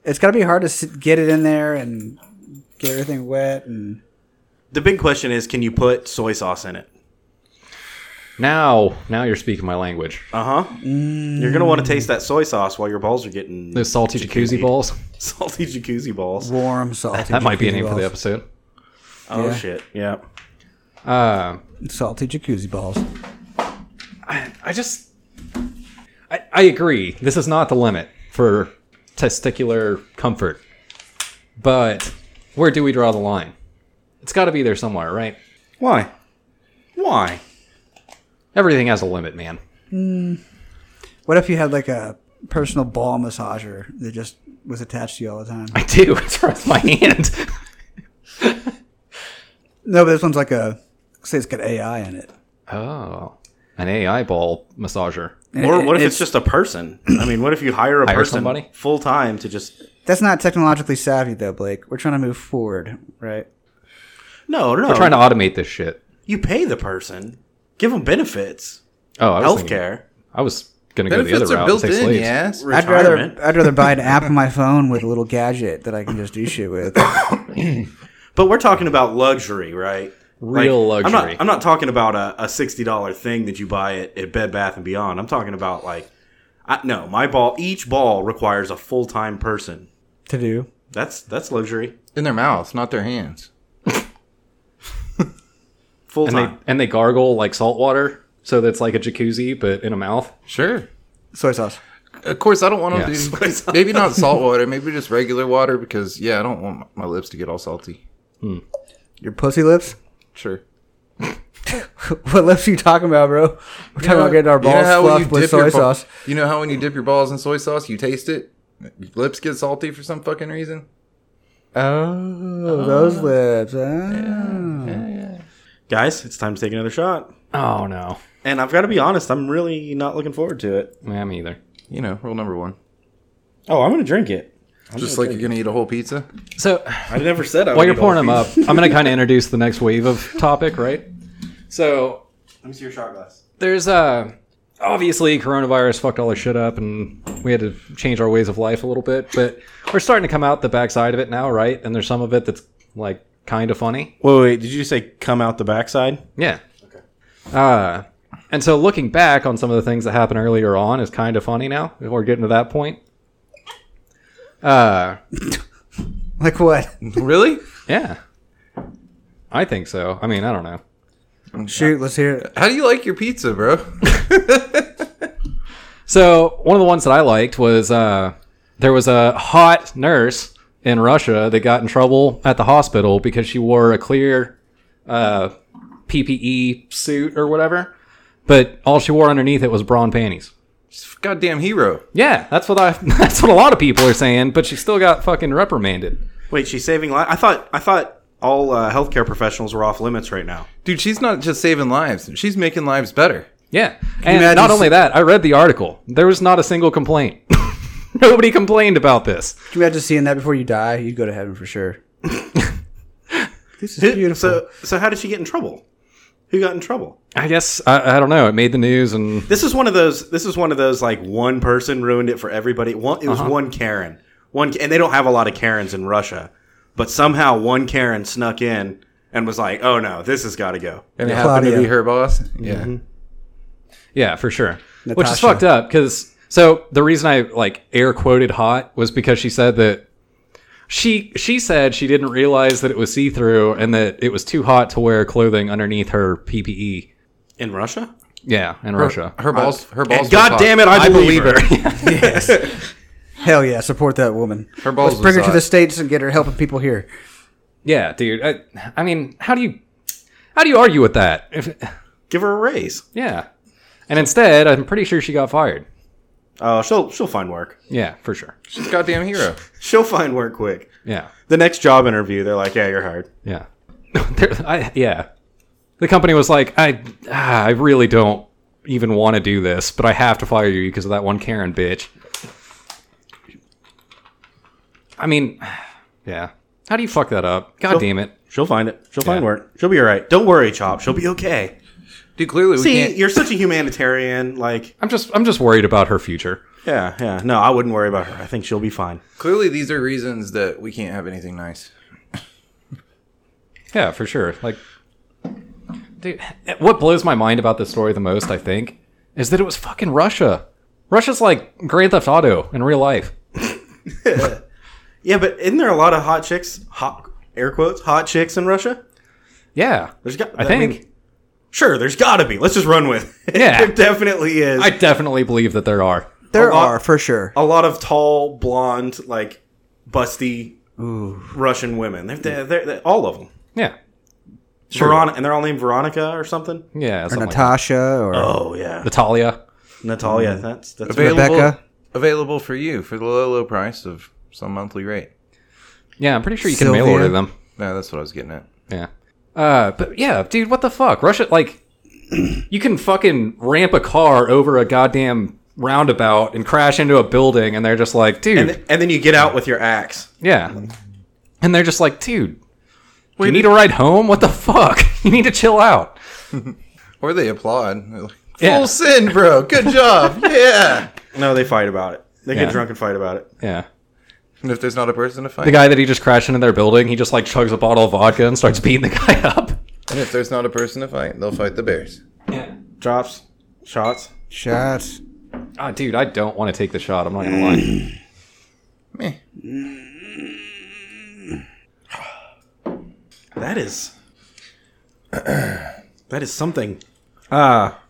Speaker 4: It's got to be hard to sit, get it in there and get everything wet. And
Speaker 3: The big question is, can you put soy sauce in it?
Speaker 1: Now, now you're speaking my language.
Speaker 3: Uh huh. You're gonna want to taste that soy sauce while your balls are getting
Speaker 1: Those salty jacuzzi balls.
Speaker 3: salty jacuzzi balls.
Speaker 4: warm, salty.
Speaker 1: That might be a
Speaker 4: jacuzzi
Speaker 1: name for the
Speaker 4: balls.
Speaker 1: episode.
Speaker 3: Oh
Speaker 4: Yeah.
Speaker 3: shit! Yeah.
Speaker 1: Uh,
Speaker 4: Salty jacuzzi balls.
Speaker 1: I just I, I agree. This is not the limit for testicular comfort. But where do we draw the line? It's got to be there somewhere, right?
Speaker 3: Why? Why?
Speaker 1: Everything has a limit, man.
Speaker 4: What if you had like a personal ball massager that just was attached to you all the time?
Speaker 1: I do. It's right with my hand.
Speaker 4: No, but this one's like a say it's got AI in it.
Speaker 1: Oh, an AI ball massager.
Speaker 4: And
Speaker 3: Or
Speaker 4: it-
Speaker 3: what if it's, just a person? I mean, what if you hire a
Speaker 1: Hire
Speaker 3: person
Speaker 1: somebody?
Speaker 3: full time to just?
Speaker 4: that's not technologically savvy though, Blake? We're trying to move forward, right?
Speaker 3: No, no.
Speaker 1: We're trying to automate this shit.
Speaker 3: You pay the person, give them benefits,
Speaker 1: Oh, I was thinking-
Speaker 3: healthcare,
Speaker 1: I was gonna go the
Speaker 2: Benefits
Speaker 1: other
Speaker 2: are
Speaker 1: route.
Speaker 2: built
Speaker 1: and take
Speaker 2: in,
Speaker 1: slaves.
Speaker 2: yes.
Speaker 4: I'd
Speaker 3: retirement.
Speaker 4: rather I'd rather buy an app on my phone with a little gadget that I can just do shit with.
Speaker 3: But we're talking about luxury, right?
Speaker 1: Real
Speaker 3: Like, I'm
Speaker 1: luxury.
Speaker 3: not. I'm not talking about a, a sixty dollar thing that you buy at, at Bed Bath and Beyond. I'm talking about like, I, no, my ball. Each ball requires a full time person.
Speaker 4: to do.
Speaker 3: That's that's luxury.
Speaker 2: In their mouths, not their hands.
Speaker 3: Full
Speaker 1: and they
Speaker 3: time.
Speaker 1: and they gargle like salt water. So that's like a jacuzzi, but in a mouth.
Speaker 2: Sure.
Speaker 4: Soy sauce.
Speaker 2: Of course, I don't want
Speaker 1: Yeah.
Speaker 2: to do maybe not salt water, maybe just regular water because yeah, I don't want my lips to get all salty.
Speaker 4: Your pussy lips?
Speaker 2: Sure.
Speaker 4: what lips are you talking about, bro? We're talking about getting our balls fluffed with soy
Speaker 2: your ba-
Speaker 4: sauce.
Speaker 2: You know how when you dip your balls in soy sauce, you taste it. Your lips get salty for some fucking reason.
Speaker 4: Oh, those lips. Ah.
Speaker 3: Guys, it's time to take another shot.
Speaker 1: Oh no,
Speaker 3: And I've got to be honest, I'm really not looking forward to it.
Speaker 1: yeah, me either.
Speaker 2: You know, rule number one.
Speaker 3: Oh, I'm going to drink it.
Speaker 2: just like you're gonna eat a whole pizza.
Speaker 1: So
Speaker 3: I never said I
Speaker 1: while you're pouring them up, I'm gonna kind of introduce the next wave of topic, right? So
Speaker 3: Let me see your shot glass.
Speaker 1: there's uh obviously coronavirus fucked all our shit up and we had to change our ways of life a little bit but we're starting to come out the backside of it now right and there's some of it that's like kind of funny
Speaker 3: Wait, wait, did you say come out the backside?
Speaker 1: yeah okay uh and so looking back on some of the things that happened earlier on is kind of funny now we're getting to that point uh
Speaker 4: Like what?
Speaker 2: really?
Speaker 1: yeah i think so i mean i don't know
Speaker 4: Shoot, let's hear it.
Speaker 2: How do you like your pizza, bro?
Speaker 1: So one of the ones that I liked was uh, there was a hot nurse in Russia that got in trouble at the hospital because she wore a clear uh, PPE suit or whatever, but all she wore underneath it was bra and panties.
Speaker 2: Goddamn hero.
Speaker 1: Yeah, that's what I. That's what a lot of people are saying, but she still got fucking reprimanded.
Speaker 3: Wait, she's saving lives. I thought I thought all uh, healthcare professionals were off limits right now.
Speaker 2: Dude, she's not just saving lives. She's making lives better.
Speaker 1: Yeah, and
Speaker 4: imagine
Speaker 1: not
Speaker 4: s-
Speaker 1: only that, I read the article. There was not a single complaint. Nobody complained about this.
Speaker 4: Can you imagine seeing that before you die? You'd go to heaven for sure. this is beautiful.
Speaker 3: So so how did she get in trouble? Who got in trouble?
Speaker 1: I guess I, I don't know. It made the news, and
Speaker 3: This is one of those. This is one of those like one person ruined it for everybody. One, it was one Karen. One and they don't have a lot of Karens in Russia, but somehow one Karen snuck in and was like, "Oh no, this has got to go."
Speaker 2: And it happened to
Speaker 4: Claudia. Mm-hmm.
Speaker 2: be her boss. Yeah.
Speaker 1: Yeah, for sure. Which is
Speaker 4: Natasha.
Speaker 1: fucked up because so the reason I like air quoted hot was because she said that she she said she didn't realize that it was see through and that it was too hot to wear clothing underneath her PPE.
Speaker 3: In Russia?
Speaker 1: Yeah, in Russia.
Speaker 2: Her balls.
Speaker 4: Uh,
Speaker 2: Her balls.
Speaker 3: And God damn it, I believe, her.
Speaker 4: yes. Hell yeah, support that woman.
Speaker 2: Her balls
Speaker 4: Let's bring her
Speaker 2: was
Speaker 4: to
Speaker 2: hot.
Speaker 4: the states and get her helping people here.
Speaker 1: Yeah, dude. I, I mean, how do you how do you argue with that? If,
Speaker 3: Give her a raise.
Speaker 1: yeah. And instead, I'm pretty sure she got fired.
Speaker 3: Oh, she'll she'll find work.
Speaker 1: Yeah, for sure.
Speaker 2: She's a goddamn hero.
Speaker 3: She'll find work quick.
Speaker 1: Yeah.
Speaker 3: The next job interview, they're like, "Yeah, you're hired."
Speaker 1: Yeah. There- I, yeah. The company was like, I, ah, I really don't even want to do this, but I have to fire you because of that one Karen bitch. I mean, yeah. How do you fuck that up? God damn it.
Speaker 3: She'll find it. She'll find work. She'll be all right. Don't worry, Chop. She'll be okay.
Speaker 2: Dude, clearly we
Speaker 3: See,
Speaker 2: can't.
Speaker 3: you're such a humanitarian. Like,
Speaker 1: I'm just, I'm just worried about her future.
Speaker 3: yeah, yeah. No, I wouldn't worry about her. I think she'll be fine.
Speaker 2: Clearly, these are reasons that we can't have anything nice.
Speaker 1: Yeah, for sure. Like, dude, eh, what blows my mind about this story the most, I think, is that it was fucking Russia. Russia's like Grand Theft Auto in real life.
Speaker 3: Yeah, but isn't there a lot of hot chicks? Hot air quotes. Hot chicks in Russia.
Speaker 1: Yeah.
Speaker 3: There's got.
Speaker 1: I think.
Speaker 3: mean, sure, there's got to be. Let's just run with. it.
Speaker 1: Yeah.
Speaker 3: there definitely is.
Speaker 1: I definitely believe that there are.
Speaker 4: There
Speaker 3: lot-
Speaker 4: are, for sure.
Speaker 3: a lot of tall, blonde, like busty Russian women. They're, they're, they're, all of them.
Speaker 1: Yeah.
Speaker 3: Veronica, and they're all named Veronica or something.
Speaker 1: Yeah.
Speaker 4: Or
Speaker 1: something like
Speaker 4: Natasha or
Speaker 3: Oh yeah,
Speaker 1: that. Natalia.
Speaker 3: Natalia.
Speaker 1: Mm.
Speaker 3: That's that's
Speaker 2: Available-
Speaker 4: Rebecca?
Speaker 2: Available for you for the low, low price of some monthly rate.
Speaker 1: Yeah, I'm pretty sure you can mail
Speaker 4: Sylvia.
Speaker 1: order them.
Speaker 2: No, that's what I was getting at.
Speaker 1: Yeah. Uh, but yeah, dude, what the fuck? Russia, like, you can fucking ramp a car over a goddamn roundabout and crash into a building, and they're just like, dude,
Speaker 3: and, th- and then you get out with your axe.
Speaker 1: yeah. And they're just like, dude, do you need a ride home? What the fuck? You need to chill out.
Speaker 2: Or they applaud. They're like, Full
Speaker 1: Yeah.
Speaker 2: sin, bro. Good job. yeah.
Speaker 3: No, they fight about it. They
Speaker 1: Yeah.
Speaker 3: get drunk and fight about it.
Speaker 1: Yeah.
Speaker 2: And if there's not a person to fight,
Speaker 1: The guy that he just crashed into their building, he just like chugs a bottle of vodka and starts beating the guy up.
Speaker 2: and if there's not a person to fight, they'll fight the bears.
Speaker 1: Yeah.
Speaker 3: Drops, shots.
Speaker 4: shots.
Speaker 1: Ah, dude, I don't want to take the shot. I'm not gonna lie.
Speaker 2: Meh.
Speaker 3: That is. That is something. Ah.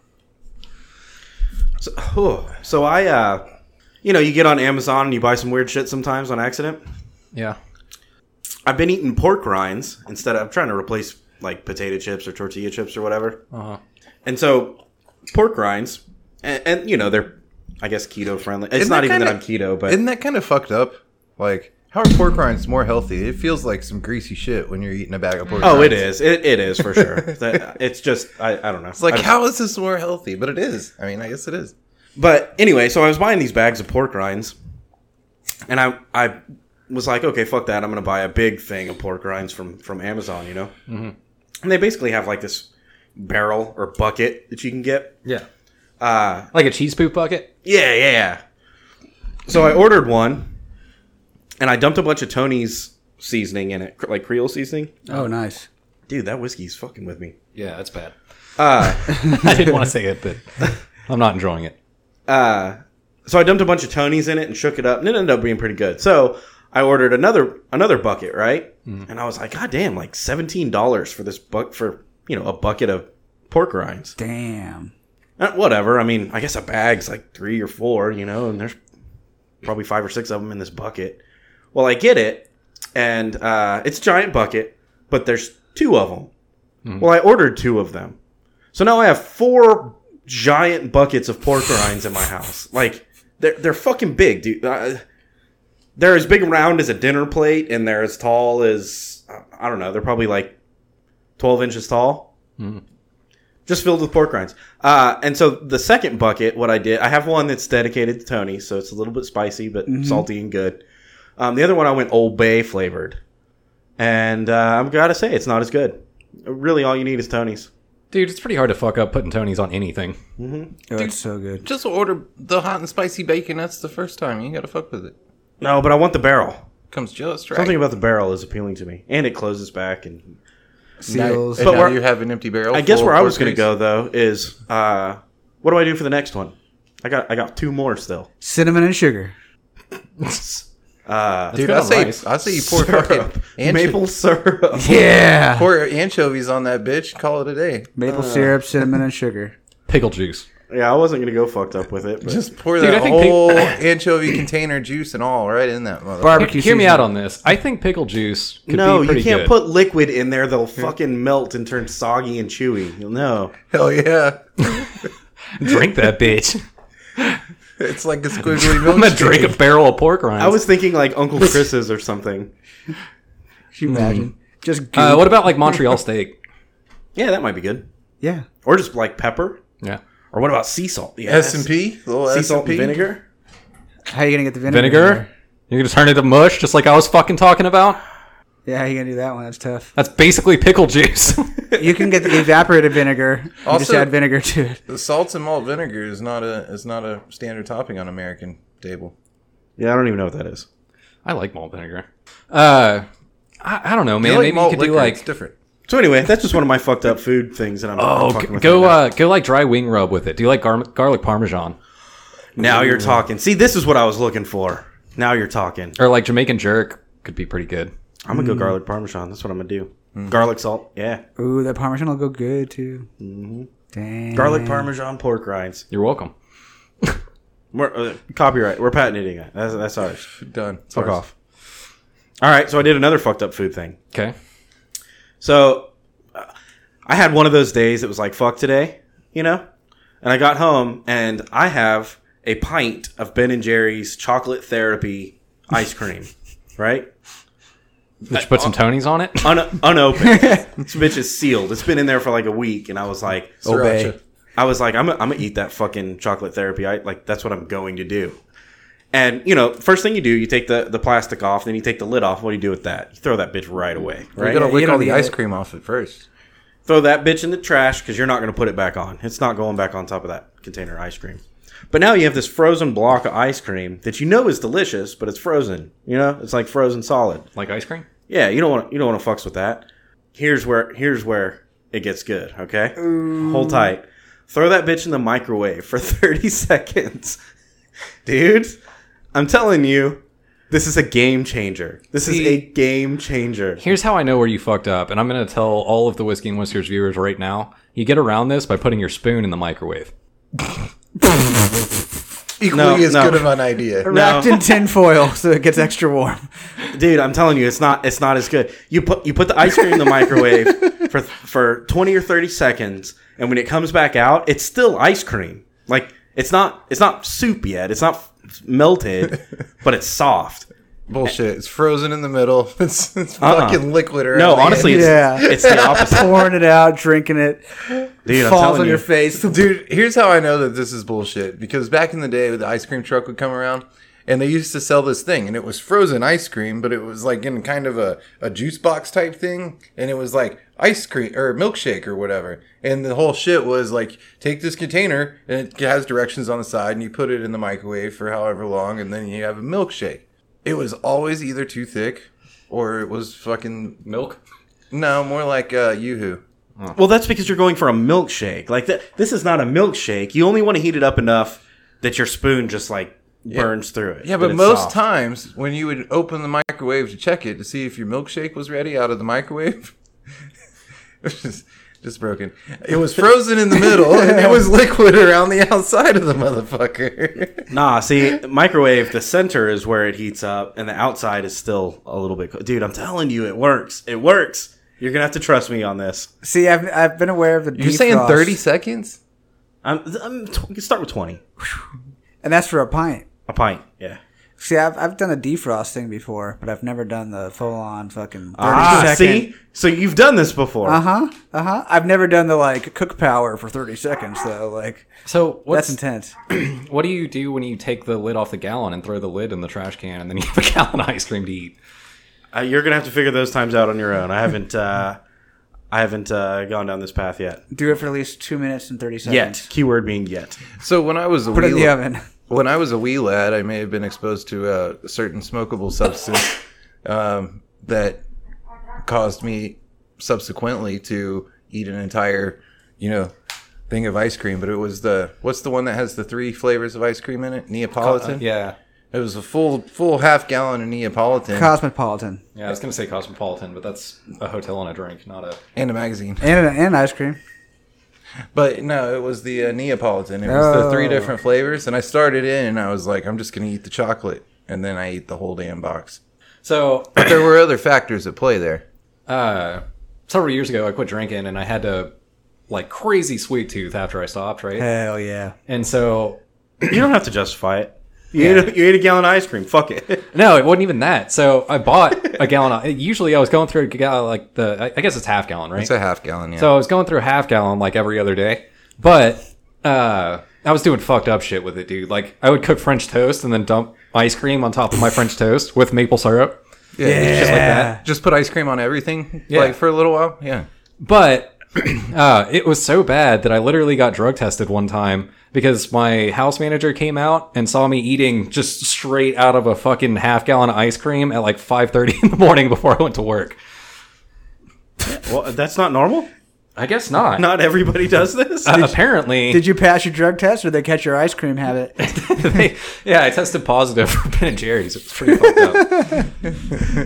Speaker 3: So, oh, so I, uh, you know, you get on Amazon and you buy some weird shit sometimes on accident.
Speaker 1: Yeah.
Speaker 3: I've been eating pork rinds instead of I'm trying to replace like potato chips or tortilla chips or whatever.
Speaker 1: Uh-huh.
Speaker 3: And so pork rinds, and, and you know they're, I guess keto friendly. It's
Speaker 2: Isn't
Speaker 3: not
Speaker 2: that
Speaker 3: even that I'm
Speaker 2: kinda-
Speaker 3: keto, but
Speaker 2: Isn't that kind of fucked up? Like, how are pork rinds more healthy? It feels like some greasy shit when you're eating a bag of pork.
Speaker 3: oh, it
Speaker 2: rinds.
Speaker 3: is. It, it is for sure. That- it's just I, I don't know.
Speaker 2: It's like, how is this more healthy? But it is. I mean, I guess it is.
Speaker 3: But anyway, so I was buying these bags of pork rinds, and I I was like, okay, fuck that. I'm gonna buy a big thing of pork rinds from from Amazon, you know. Mm-hmm. And they basically have like this barrel or bucket that you can get.
Speaker 1: Yeah.
Speaker 3: Uh,
Speaker 1: Like a cheese poop bucket?
Speaker 3: yeah, yeah, yeah. So I ordered one, and I dumped a bunch of Tony's seasoning in it, like Creole seasoning.
Speaker 4: Oh, nice.
Speaker 3: Dude, that whiskey's fucking with me.
Speaker 1: Yeah, that's bad.
Speaker 3: Uh,
Speaker 1: I didn't want to say it, but I'm not enjoying it.
Speaker 3: uh, so I dumped a bunch of Tonys in it and shook it up, and it ended up being pretty good. So I ordered another another bucket, right? And I was like, God damn, like seventeen dollars for this buck for you know a bucket of pork rinds.
Speaker 4: Damn.
Speaker 3: Uh, whatever. I mean, I guess a bag's like three or four, you know, and there's probably five or six of them in this bucket. Well, I get it, and uh, it's a giant bucket, but there's two of them. Well, I ordered two of them, so now I have four giant buckets of pork rinds in my house. Like they're they're fucking big, dude. Uh, they're as big round as a dinner plate, and they're as tall as I don't know. They're probably like twelve inches tall just filled with pork rinds. Uh, and so the second bucket, what I did, I have one that's dedicated to Tony, so it's a little bit spicy but
Speaker 2: Mm-hmm.
Speaker 3: salty and good. Um, the other one I went Old Bay flavored, and uh, I'm gotta say it's not as good. Really, all you need is Tony's.
Speaker 1: Dude, it's pretty hard to fuck up putting Tony's on anything.
Speaker 4: Oh, it's so good.
Speaker 2: Just order the hot and spicy bacon. That's the first time. You ain't gotta fuck with it.
Speaker 3: No, but I want the barrel.
Speaker 2: Comes just right.
Speaker 3: Something about the barrel is appealing to me, and it closes back. And
Speaker 4: Seals.
Speaker 2: And
Speaker 3: But
Speaker 2: now
Speaker 3: we're-
Speaker 2: you have an empty barrel.
Speaker 3: I guess
Speaker 2: Oh, full of
Speaker 3: where I
Speaker 2: pork
Speaker 3: was gonna
Speaker 2: grease?
Speaker 3: go though is, uh, what do I do for the next one? I got I got two more still.
Speaker 4: Cinnamon and sugar.
Speaker 3: Uh,
Speaker 2: dude.
Speaker 1: good
Speaker 2: I
Speaker 1: on
Speaker 2: say,
Speaker 1: rice.
Speaker 2: I say you pour
Speaker 3: syrup,
Speaker 2: fucking
Speaker 3: maple
Speaker 2: ancho-
Speaker 3: syrup.
Speaker 4: Yeah.
Speaker 2: pour anchovies on that bitch. Call it a day.
Speaker 4: Maple syrup, cinnamon, and sugar.
Speaker 1: Pickle juice.
Speaker 3: Yeah, I wasn't gonna go fucked up with it. But.
Speaker 2: Just pour
Speaker 1: Dude, I
Speaker 2: that
Speaker 1: think pe-
Speaker 2: whole anchovy container juice and all right in that motherfucker.
Speaker 4: Barbecue.
Speaker 1: Hear me
Speaker 4: seasoning.
Speaker 1: out on this. I think pickle juice could
Speaker 3: no,
Speaker 1: be
Speaker 3: you
Speaker 1: pretty
Speaker 3: can't
Speaker 1: good.
Speaker 3: put liquid in there; they'll fucking melt and turn soggy and chewy. You'll know.
Speaker 2: Hell yeah!
Speaker 1: drink that bitch.
Speaker 2: It's like a squiggly milkshake.
Speaker 1: I'm gonna drink a barrel of pork rinds.
Speaker 3: I was thinking like Uncle Chris's or something.
Speaker 4: Can you imagine? Just goop.
Speaker 1: uh, what about like Montreal steak?
Speaker 3: Yeah, that might be good.
Speaker 4: yeah.
Speaker 3: Or just like pepper.
Speaker 1: Yeah.
Speaker 3: Or what about sea salt? Yeah,
Speaker 2: S and P, little
Speaker 3: sea
Speaker 2: S
Speaker 3: salt
Speaker 2: and
Speaker 3: and
Speaker 2: P.
Speaker 3: vinegar.
Speaker 4: How you gonna get the vinegar?
Speaker 1: Vinegar? You're gonna turn it to mush just like I was fucking talking about?
Speaker 4: Yeah, how you gonna do that one? That's tough.
Speaker 1: That's basically pickle juice.
Speaker 4: You can get the evaporated vinegar. You just
Speaker 2: Also-
Speaker 4: add vinegar to it.
Speaker 2: The salts and malt vinegar is not a is not a standard topping on American table.
Speaker 3: Yeah, I don't even know what that is.
Speaker 1: I like malt vinegar. Uh I, I don't know, man.
Speaker 2: They like
Speaker 1: Maybe you
Speaker 2: malt
Speaker 1: could do
Speaker 2: liquor, it's
Speaker 1: like
Speaker 2: different.
Speaker 3: So anyway, that's just one of my fucked up food things that I'm.
Speaker 1: Oh,
Speaker 3: fucking
Speaker 1: g-
Speaker 3: with
Speaker 1: go
Speaker 3: right
Speaker 1: uh, go like dry wing rub with it. Do you like gar- garlic parmesan
Speaker 3: now. now you're talking. See, this is what I was looking for. Now you're talking.
Speaker 1: or like Jamaican jerk? Could be pretty good.
Speaker 3: I'm
Speaker 1: Mm.
Speaker 3: gonna go garlic parmesan. That's what I'm gonna do.
Speaker 2: Mm.
Speaker 3: Garlic salt. Yeah,
Speaker 4: Ooh, that parmesan will go good too. Damn.
Speaker 1: Mm.
Speaker 3: garlic parmesan pork rinds.
Speaker 1: You're welcome.
Speaker 3: We're, uh, copyright. We're patenting it. That's, that's ours.
Speaker 2: Done. It's
Speaker 3: Fuck
Speaker 2: ours.
Speaker 3: off. All right, so I did another fucked up food thing.
Speaker 1: Okay.
Speaker 3: So uh, I had one of those days that was like, fuck today, you know? And I got home and I have a pint of Ben and Jerry's chocolate therapy ice cream, right?
Speaker 1: Did you put some Tonys on it?
Speaker 3: Un- unopened. this bitch is sealed. It's been in there for like a week. And I was like,
Speaker 4: Obey.
Speaker 2: Sriracha.
Speaker 3: I was like, I'm gonna I'm gonna eat that fucking chocolate therapy. I like that's what I'm going to do. And you know, first thing you do, you take the, the plastic off, then you take the lid off. What do you do with that? You throw that bitch right away,
Speaker 2: You
Speaker 3: right?
Speaker 2: gotta
Speaker 4: Yeah, you
Speaker 2: lick
Speaker 4: don't
Speaker 2: all the
Speaker 4: need
Speaker 2: ice
Speaker 4: it.
Speaker 2: cream off it first.
Speaker 3: throw that bitch in the trash because you're not going to put it back on. It's not going back on top of that container of ice cream. But now you have this frozen block of ice cream that you know is delicious, but it's frozen. You know, it's like frozen solid.
Speaker 1: like ice cream?
Speaker 3: Yeah, you don't want you don't want to fucks with that. Here's where here's where it gets good. Okay, hold tight. Throw that bitch in the microwave for 30 seconds, dude. I'm telling you, this is a game changer. This is a game changer.
Speaker 1: Here's how I know where you fucked up, and I'm gonna tell all of the whiskey and whiskers viewers right now. You get around this by putting your spoon in the microwave.
Speaker 2: Equally
Speaker 3: No,
Speaker 2: as
Speaker 3: no.
Speaker 2: good of an idea.
Speaker 4: Wrapped in tin foil so it gets extra warm.
Speaker 3: Dude, I'm telling you, it's not it's not as good. You put you put the ice cream in the microwave for for 20 or 30 seconds, and when it comes back out, it's still ice cream. Like it's not it's not soup yet. It's not f- melted, but it's soft.
Speaker 2: Bullshit. It's frozen in the middle. It's, it's
Speaker 3: Uh-uh.
Speaker 2: fucking liquid around.
Speaker 3: No,
Speaker 2: the
Speaker 3: honestly,
Speaker 2: end.
Speaker 3: it's,
Speaker 4: Yeah.
Speaker 3: it's the opposite.
Speaker 4: Pouring it out, drinking it,
Speaker 3: Dude, I'm
Speaker 4: falls on
Speaker 3: telling you.
Speaker 4: your face.
Speaker 2: Dude, here's how I know that this is bullshit. Because back in the day, the ice cream truck would come around, and they used to sell this thing, and it was frozen ice cream, but it was like in kind of a, a juice box type thing, and it was like ice cream or milkshake or whatever. And the whole shit was like, take this container, and it has directions on the side, and you put it in the microwave for however long, and then you have a milkshake. It was always either too thick, or it was fucking
Speaker 1: Milk.
Speaker 2: no, more like uh, YooHoo.
Speaker 3: Well, that's because you're going for a milkshake. Like th- this is not a milkshake. You only want to heat it up enough that your spoon just like burns through it.
Speaker 2: Yeah, but
Speaker 3: it's
Speaker 2: most
Speaker 3: soft.
Speaker 2: times when you would open the microwave to check it to see if your milkshake was ready out of the microwave, just, just broken. It was frozen in the middle and it was liquid around the outside of the motherfucker.
Speaker 3: Nah, see, microwave, the center is where it heats up, and the outside is still a little bit. co- Dude, I'm telling you, it works. It works. You're gonna have to trust me on this.
Speaker 4: See, I've, I've been aware of the
Speaker 2: You're saying
Speaker 4: defrost,
Speaker 2: 30 seconds?
Speaker 3: I'm, I'm tw- you can start with twenty,
Speaker 4: and that's for a pint.
Speaker 3: a pint. Yeah.
Speaker 4: See, I've, I've done a defrost thing before, but I've never done the full on fucking 30
Speaker 3: Ah,
Speaker 4: second.
Speaker 3: see, so you've done this before.
Speaker 4: Uh huh. Uh huh. I've never done the like cook power for 30 seconds though. Like
Speaker 1: So what's,
Speaker 4: that's intense.
Speaker 1: what do you do when you take the lid off the gallon and throw the lid in the trash can and then you have a gallon of ice cream to eat?
Speaker 3: Uh, you're gonna have to figure those times out on your own. I haven't, uh, I haven't uh, gone down this path yet.
Speaker 4: Do it for at least two minutes and 30 seconds.
Speaker 3: Yet, keyword being yet.
Speaker 2: So when I was a
Speaker 4: Put it in
Speaker 2: wee
Speaker 4: the oven.
Speaker 2: when I was a wee lad, I may have been exposed to uh, a certain smokable substance um, that caused me subsequently to eat an entire, you know, thing of ice cream. But it was the what's the one that has the three flavors of ice cream in it? Neapolitan.
Speaker 1: Uh, Yeah,
Speaker 2: It was a full full half gallon of Neapolitan
Speaker 4: Cosmopolitan.
Speaker 1: yeah. I was gonna say cosmopolitan, but that's a hotel and a drink, not a.
Speaker 2: and a magazine.
Speaker 4: And, and ice cream.
Speaker 2: But no, it was the uh, Neapolitan. It was the three
Speaker 4: Oh.
Speaker 2: different flavors, and I started in, and I was like, I'm just gonna eat the chocolate, and then I ate the whole damn box.
Speaker 1: So
Speaker 2: But there were other factors at play there.
Speaker 1: uh, several years ago, I quit drinking and I had to like crazy sweet tooth after I stopped, right?
Speaker 4: Hell yeah.
Speaker 1: And so
Speaker 3: You don't have to justify it. You, ate a, you ate a gallon of ice cream. Fuck it.
Speaker 1: No, it wasn't even that. So I bought a gallon. Of, usually, I was going through a gal like the. I- I guess it's half gallon, right?
Speaker 2: It's a half gallon, yeah.
Speaker 1: so I was going through a half gallon like every other day, but uh, I was doing fucked up shit with it, dude. Like I would cook French toast and then dump ice cream on top of my French toast with maple syrup.
Speaker 2: yeah, it's just
Speaker 1: like that.
Speaker 2: Just put ice cream on everything,
Speaker 1: Yeah.
Speaker 2: like for a little while. Yeah,
Speaker 1: But uh, it was so bad that I literally got drug tested one time because my house manager came out and saw me eating just straight out of a fucking half gallon of ice cream at like five thirty in the morning before I went to work.
Speaker 3: well, that's not normal.
Speaker 1: I guess not.
Speaker 3: Not everybody does this.
Speaker 1: Uh, apparently,
Speaker 4: Did you pass your drug test or did they catch your ice cream habit?
Speaker 1: they- yeah, I tested positive for Ben and Jerry's. It was pretty fucked up.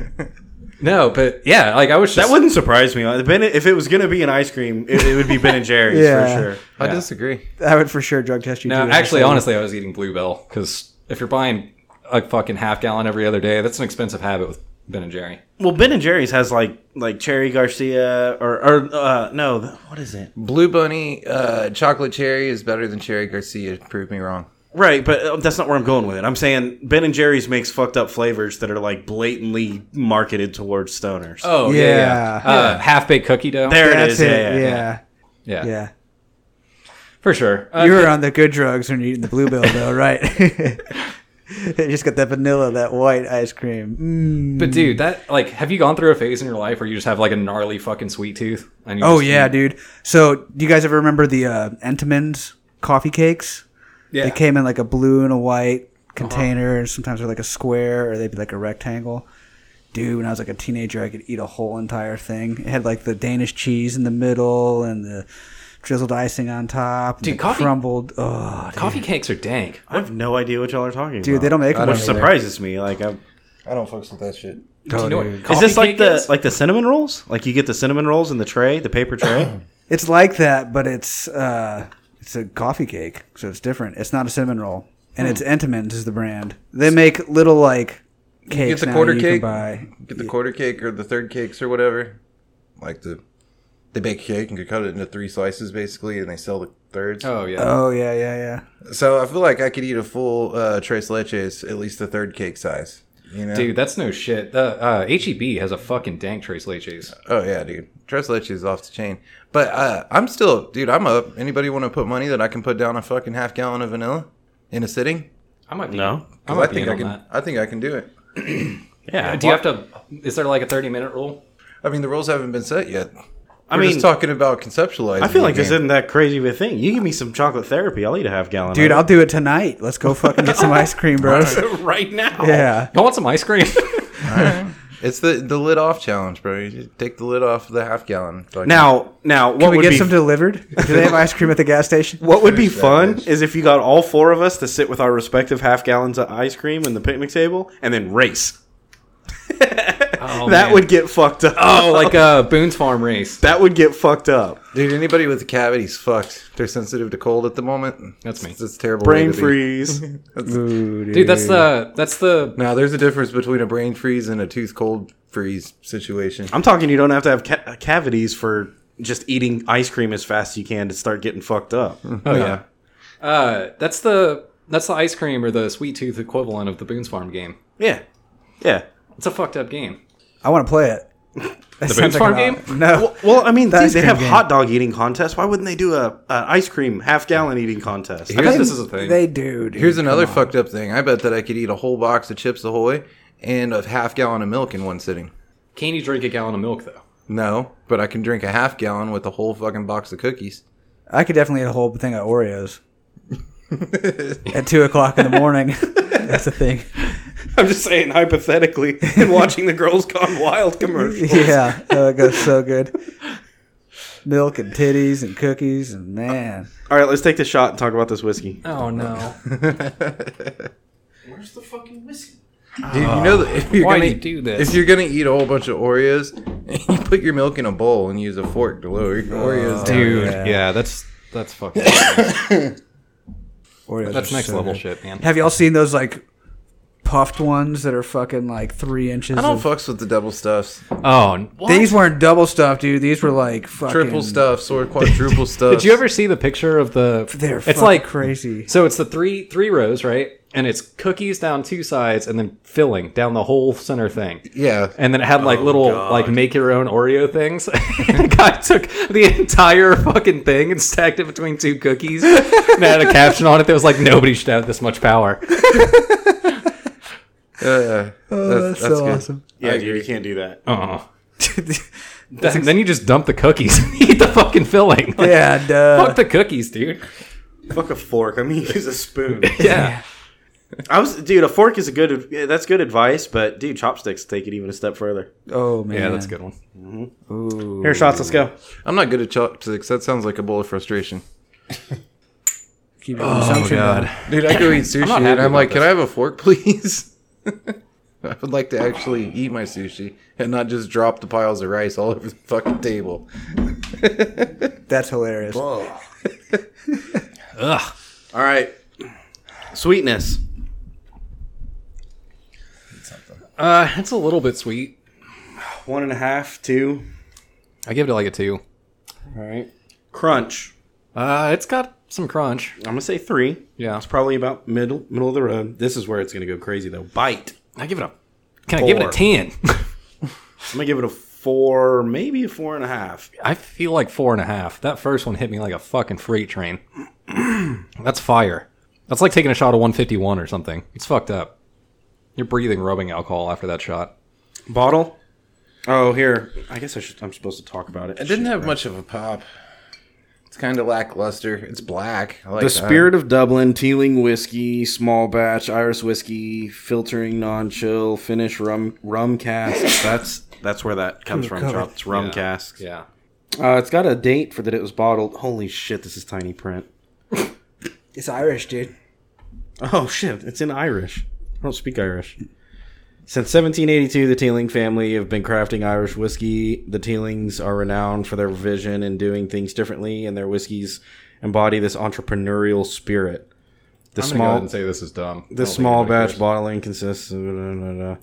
Speaker 1: no, but yeah, like I was just
Speaker 3: That wouldn't surprise me. Uh, Ben, if it was going to be an ice cream, it, it would be Ben and Jerry's
Speaker 4: Yeah.
Speaker 3: for sure.
Speaker 2: I disagree.
Speaker 4: I would for sure drug test you.
Speaker 1: no.
Speaker 4: too.
Speaker 1: uh, Actually, honestly, I was eating Bluebell because if you're buying a fucking half gallon every other day, that's an expensive habit with Ben and Jerry.
Speaker 3: Well, Ben and Jerry's has like like Cherry Garcia or or uh, no, th- what is it?
Speaker 2: Blue Bunny uh, chocolate cherry is better than cherry Garcia. Prove me wrong.
Speaker 3: Right, but uh, that's not where I'm going with it. I'm saying Ben and Jerry's makes fucked up flavors that are like blatantly marketed towards stoners.
Speaker 1: Oh
Speaker 4: yeah, yeah. Yeah.
Speaker 1: Uh, half baked cookie dough.
Speaker 3: there it
Speaker 4: That's
Speaker 3: is.
Speaker 4: it.
Speaker 3: Yeah, yeah, yeah.
Speaker 4: yeah.
Speaker 1: yeah,
Speaker 4: yeah.
Speaker 1: for sure. Uh,
Speaker 4: You were on the good drugs when you're eating the bluebell, though, right? They just got that vanilla, that white ice cream. Mm.
Speaker 1: but dude, that like, have you gone through a phase in your life where you just have like a gnarly fucking sweet tooth? And you
Speaker 4: Oh
Speaker 1: just-
Speaker 4: yeah, dude. So do you guys ever remember the uh, Entenmann's coffee cakes?
Speaker 1: yeah. Uh-huh.
Speaker 4: They came in like a blue and a white container, and sometimes they're like a square or they'd be like a rectangle. Dude, when I was like a teenager, I could eat a whole entire thing. It had like the Danish cheese in the middle and the drizzled icing on top. and
Speaker 1: Dude,
Speaker 4: the
Speaker 1: coffee-
Speaker 4: crumbled. Oh, dude.
Speaker 1: Coffee cakes are dank.
Speaker 3: I have no idea what y'all are talking
Speaker 4: dude,
Speaker 3: about.
Speaker 4: they don't make them.
Speaker 3: Which
Speaker 4: anymore.
Speaker 3: surprises me. Like, I'm,
Speaker 2: I don't fucks with that shit.
Speaker 4: Oh,
Speaker 1: Do you know what
Speaker 3: is
Speaker 1: coffee
Speaker 3: this like
Speaker 1: cake
Speaker 3: the
Speaker 1: is?
Speaker 3: like the cinnamon rolls? Like you get the cinnamon rolls in the tray, the paper tray.
Speaker 4: It's like that, but it's uh, it's a coffee cake, so it's different. It's not a cinnamon roll, and
Speaker 1: Hmm.
Speaker 4: it's Entenmann's is the brand. They make little like
Speaker 2: Get
Speaker 4: cakes.
Speaker 2: the
Speaker 4: now
Speaker 2: quarter
Speaker 4: you
Speaker 2: cake.
Speaker 4: Can buy.
Speaker 2: Get the quarter cake or the third cakes or whatever. Like the they bake a cake and could cut it into three slices basically, and they sell the thirds.
Speaker 1: Oh yeah.
Speaker 4: Oh yeah, yeah, yeah.
Speaker 2: So I feel like I could eat a full uh, tres leches, at least the third cake size. You know,
Speaker 1: Dude, that's no shit. The uh, HEB has a fucking dank trace leches.
Speaker 2: Oh yeah, dude. Tres leches is off the chain. But uh, I'm still, dude. I'm up. Anybody want to put money that I can put down a fucking half gallon of vanilla in a sitting?
Speaker 1: I might be.
Speaker 3: No.
Speaker 1: I,
Speaker 2: 'Cause
Speaker 1: might
Speaker 2: I think
Speaker 1: be
Speaker 2: I
Speaker 1: in
Speaker 2: can.
Speaker 1: on that.
Speaker 2: I think I can do it.
Speaker 3: Yeah.
Speaker 1: Do you have to? Is there like a thirty minute rule?
Speaker 2: I mean, the rules haven't been set yet.
Speaker 3: I
Speaker 2: We're
Speaker 3: mean,
Speaker 2: just talking about conceptualizing.
Speaker 3: I feel
Speaker 2: the
Speaker 3: like this
Speaker 2: game.
Speaker 3: isn't that crazy of a thing. You give me some chocolate therapy, I'll eat a half gallon.
Speaker 4: Dude,
Speaker 3: of
Speaker 4: I'll do it tonight. Let's go fucking get some ice cream, bro.
Speaker 1: right now.
Speaker 4: Yeah.
Speaker 1: Y'all want some ice cream?
Speaker 2: It's the the lid off challenge, bro. You just take the lid off the half gallon. Like,
Speaker 3: it. Now, now, what
Speaker 4: Can we
Speaker 3: would
Speaker 4: get
Speaker 3: be
Speaker 4: some delivered? Do they have ice cream at the gas station?
Speaker 3: what would be
Speaker 2: Finish that
Speaker 3: fun
Speaker 2: bitch.
Speaker 3: is if you got all four of us to sit with our respective half gallons of ice cream in the picnic table and then race.
Speaker 1: Oh,
Speaker 3: that
Speaker 1: man.
Speaker 3: would get fucked up.
Speaker 1: Oh, like a Boone's Farm race.
Speaker 3: that would get fucked up.
Speaker 2: dude, anybody with cavities, fucked. They're sensitive to cold at the moment.
Speaker 1: That's me.
Speaker 2: It's, it's a terrible. way
Speaker 3: Brain
Speaker 2: to be.
Speaker 3: freeze.
Speaker 1: Dude, that's the that's the
Speaker 2: Now, there's a difference between a brain freeze and a tooth cold freeze situation.
Speaker 3: I'm talking you don't have to have ca- cavities for just eating ice cream as fast as you can to start getting fucked up.
Speaker 1: oh yeah. Uh, that's the that's the ice cream or the sweet tooth equivalent of the Boone's Farm game.
Speaker 3: yeah. Yeah.
Speaker 1: It's a fucked up game.
Speaker 4: I want to play it. That sounds
Speaker 1: Farm
Speaker 4: an-
Speaker 1: game?
Speaker 4: No.
Speaker 3: Well, well, I mean,
Speaker 4: The
Speaker 3: they,
Speaker 4: ice
Speaker 3: they
Speaker 4: cream
Speaker 3: have
Speaker 4: game.
Speaker 3: hot dog eating contests. Why wouldn't they do a, a ice cream half gallon eating contest?
Speaker 1: I bet this is a thing.
Speaker 4: They do. Dude.
Speaker 2: Here's another fucked up thing. I bet that I could eat a whole box of Chips Ahoy and a half gallon of milk in one sitting.
Speaker 1: Can you drink a gallon of milk though?
Speaker 2: No, but I can drink a half gallon with a whole fucking box of cookies.
Speaker 4: I could definitely eat a whole thing of Oreos at two o'clock in the morning. That's a thing.
Speaker 3: I'm just saying hypothetically and watching the Girls Gone Wild commercial.
Speaker 4: Yeah, oh, it goes so good. Milk and titties and cookies and man,
Speaker 3: All right, let's take the shot and talk about this whiskey.
Speaker 1: Oh no.
Speaker 3: Where's the fucking whiskey?
Speaker 2: Dude, you know that if you're
Speaker 1: Why
Speaker 2: gonna
Speaker 1: do you do this?
Speaker 2: if you're gonna eat a whole bunch of Oreos, you put your milk in a bowl and use a fork to lower
Speaker 1: Uh,
Speaker 2: your Oreos. down.
Speaker 1: Dude,
Speaker 4: yeah.
Speaker 1: Oh, yeah. that's that's fucking
Speaker 4: Oreos.
Speaker 1: that's
Speaker 4: are
Speaker 1: next
Speaker 4: so
Speaker 1: level
Speaker 4: good.
Speaker 1: shit, man.
Speaker 4: Have y'all seen those like puffed ones that are fucking like three inches?
Speaker 2: I don't
Speaker 4: of-
Speaker 2: fucks with the double stuffs,
Speaker 1: Oh,
Speaker 4: These weren't double stuffed, dude. These were like fucking
Speaker 2: triple stuffs, or quadruple stuffs.
Speaker 1: Did you ever see the picture of the?
Speaker 4: They're
Speaker 1: it's like
Speaker 4: crazy.
Speaker 1: So it's the three three rows, right? And it's cookies down two sides, and then filling down the whole center thing.
Speaker 2: Yeah.
Speaker 1: And then it had like little like make your own Oreo things. the guy took the entire fucking thing and stacked it between two cookies, and had a caption on it that was like, "Nobody should have this much power."
Speaker 2: Yeah, yeah.
Speaker 4: that's so
Speaker 2: good.
Speaker 4: awesome.
Speaker 3: Yeah, dude, you can't do that.
Speaker 1: Oh. Then, then you just dump the cookies, and eat the fucking filling. Like,
Speaker 4: Yeah, duh.
Speaker 1: Fuck the cookies, dude.
Speaker 3: Fuck a fork. I mean, use a spoon.
Speaker 1: Yeah.
Speaker 3: I was, dude. A fork is a good. yeah, That's good advice, but dude, chopsticks take it even a step further.
Speaker 4: Oh man,
Speaker 1: Yeah, that's a good one.
Speaker 3: Here, shots. Let's go.
Speaker 2: I'm not good at chopsticks. That sounds like a bowl of frustration.
Speaker 4: Keep your
Speaker 3: Oh,
Speaker 4: consumption down.
Speaker 2: Dude, I go eat sushi
Speaker 1: happy
Speaker 2: and I'm
Speaker 1: about
Speaker 2: like, can
Speaker 1: this.
Speaker 2: I have a fork, please? I would like to actually eat my sushi and not just drop the piles of rice all over the fucking table.
Speaker 4: That's hilarious.
Speaker 1: Ugh.
Speaker 2: All right.
Speaker 3: Sweetness.
Speaker 1: Uh, it's a little bit sweet.
Speaker 3: One and a half, two.
Speaker 1: I give it like a two.
Speaker 3: All right. Crunch.
Speaker 1: Uh, it's got some crunch.
Speaker 3: I'm gonna say three.
Speaker 1: Yeah,
Speaker 3: It's probably about middle middle of the road. This is where it's gonna go crazy though. Bite.
Speaker 1: I give it a. Can I give it
Speaker 3: Four.
Speaker 1: a ten?
Speaker 3: I'm gonna give it a four, maybe a four and a half.
Speaker 1: I feel like four and a half. That first one hit me like a fucking freight train. That's fire. That's like taking a shot of 151 or something. It's fucked up. You're breathing rubbing alcohol after that shot.
Speaker 3: Bottle. Oh, here. I guess I should. I'm supposed to talk about it.
Speaker 2: It didn't have much of a pop. It's kind of lackluster. It's black. I like
Speaker 3: The
Speaker 2: that.
Speaker 3: Spirit of Dublin, Teeling Whiskey, Small Batch, Irish Whiskey, Filtering Non-Chill, Finish Rum Rum Casks. That's that's where that comes from, Chop. It's rum
Speaker 1: Yeah.
Speaker 3: casks.
Speaker 1: Yeah.
Speaker 3: Uh, it's got a date for that it was bottled. Holy shit, this is tiny print.
Speaker 4: It's Irish, dude.
Speaker 3: Oh shit, it's in Irish. I don't speak Irish. Since 1782, the Teeling family have been crafting Irish whiskey. The Teelings are renowned for their vision and doing things differently, and their whiskeys embody this entrepreneurial spirit. The
Speaker 1: I'm gonna go ahead
Speaker 3: small
Speaker 1: and say this is dumb. I don't
Speaker 3: the
Speaker 1: think
Speaker 3: small
Speaker 1: anybody
Speaker 3: batch
Speaker 1: cares.
Speaker 3: bottling consists of uh,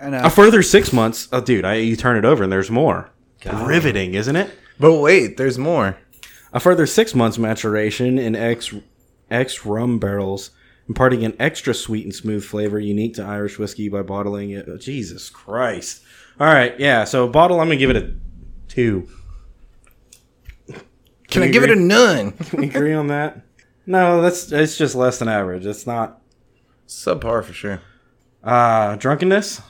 Speaker 4: I know.
Speaker 3: a further six months. Oh, dude, I, you turn it over and there's more. Riveting, isn't it?
Speaker 2: But wait, there's more.
Speaker 3: A further six months maturation in ex ex rum barrels, imparting an extra sweet and smooth flavor unique to Irish whiskey by bottling it. oh, Jesus Christ! All right, yeah. So bottle, I'm gonna give it a two.
Speaker 2: Can
Speaker 3: we
Speaker 2: I give it a
Speaker 3: agree?
Speaker 2: none?
Speaker 3: Can we agree on that? No, that's it's just less than average. It's not
Speaker 2: Subpar for sure.
Speaker 3: uh drunkenness.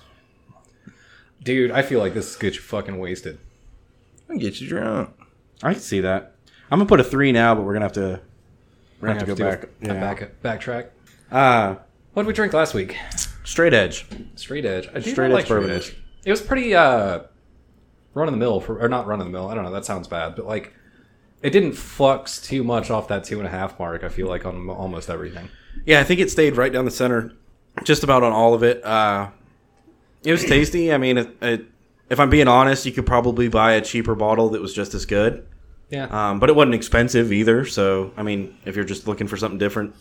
Speaker 1: Dude, I feel like this gets you fucking wasted.
Speaker 2: I'll get you drunk.
Speaker 3: I can see that. I'm gonna put a three now, but we're gonna have to we're
Speaker 1: I
Speaker 3: gonna have to go back.
Speaker 1: do a- a back backtrack.
Speaker 3: Uh,
Speaker 1: What did we drink last week?
Speaker 3: straight edge.
Speaker 1: Straight edge. I do
Speaker 3: Straight
Speaker 1: not
Speaker 3: edge
Speaker 1: like straight
Speaker 3: bourbon
Speaker 1: edge.
Speaker 3: is-
Speaker 1: It was pretty uh, run of the mill for, or not run of the mill. I don't know. That sounds bad, but like, it didn't flux too much off that two and a half mark. I feel like on m- almost everything.
Speaker 3: Yeah, I think it stayed right down the center, just about on all of it. Uh, it was tasty. I mean, it, it, if I'm being honest, you could probably buy a cheaper bottle that was just as good,
Speaker 1: Yeah,
Speaker 3: um, but it wasn't expensive either. So, I mean, if you're just looking for something different,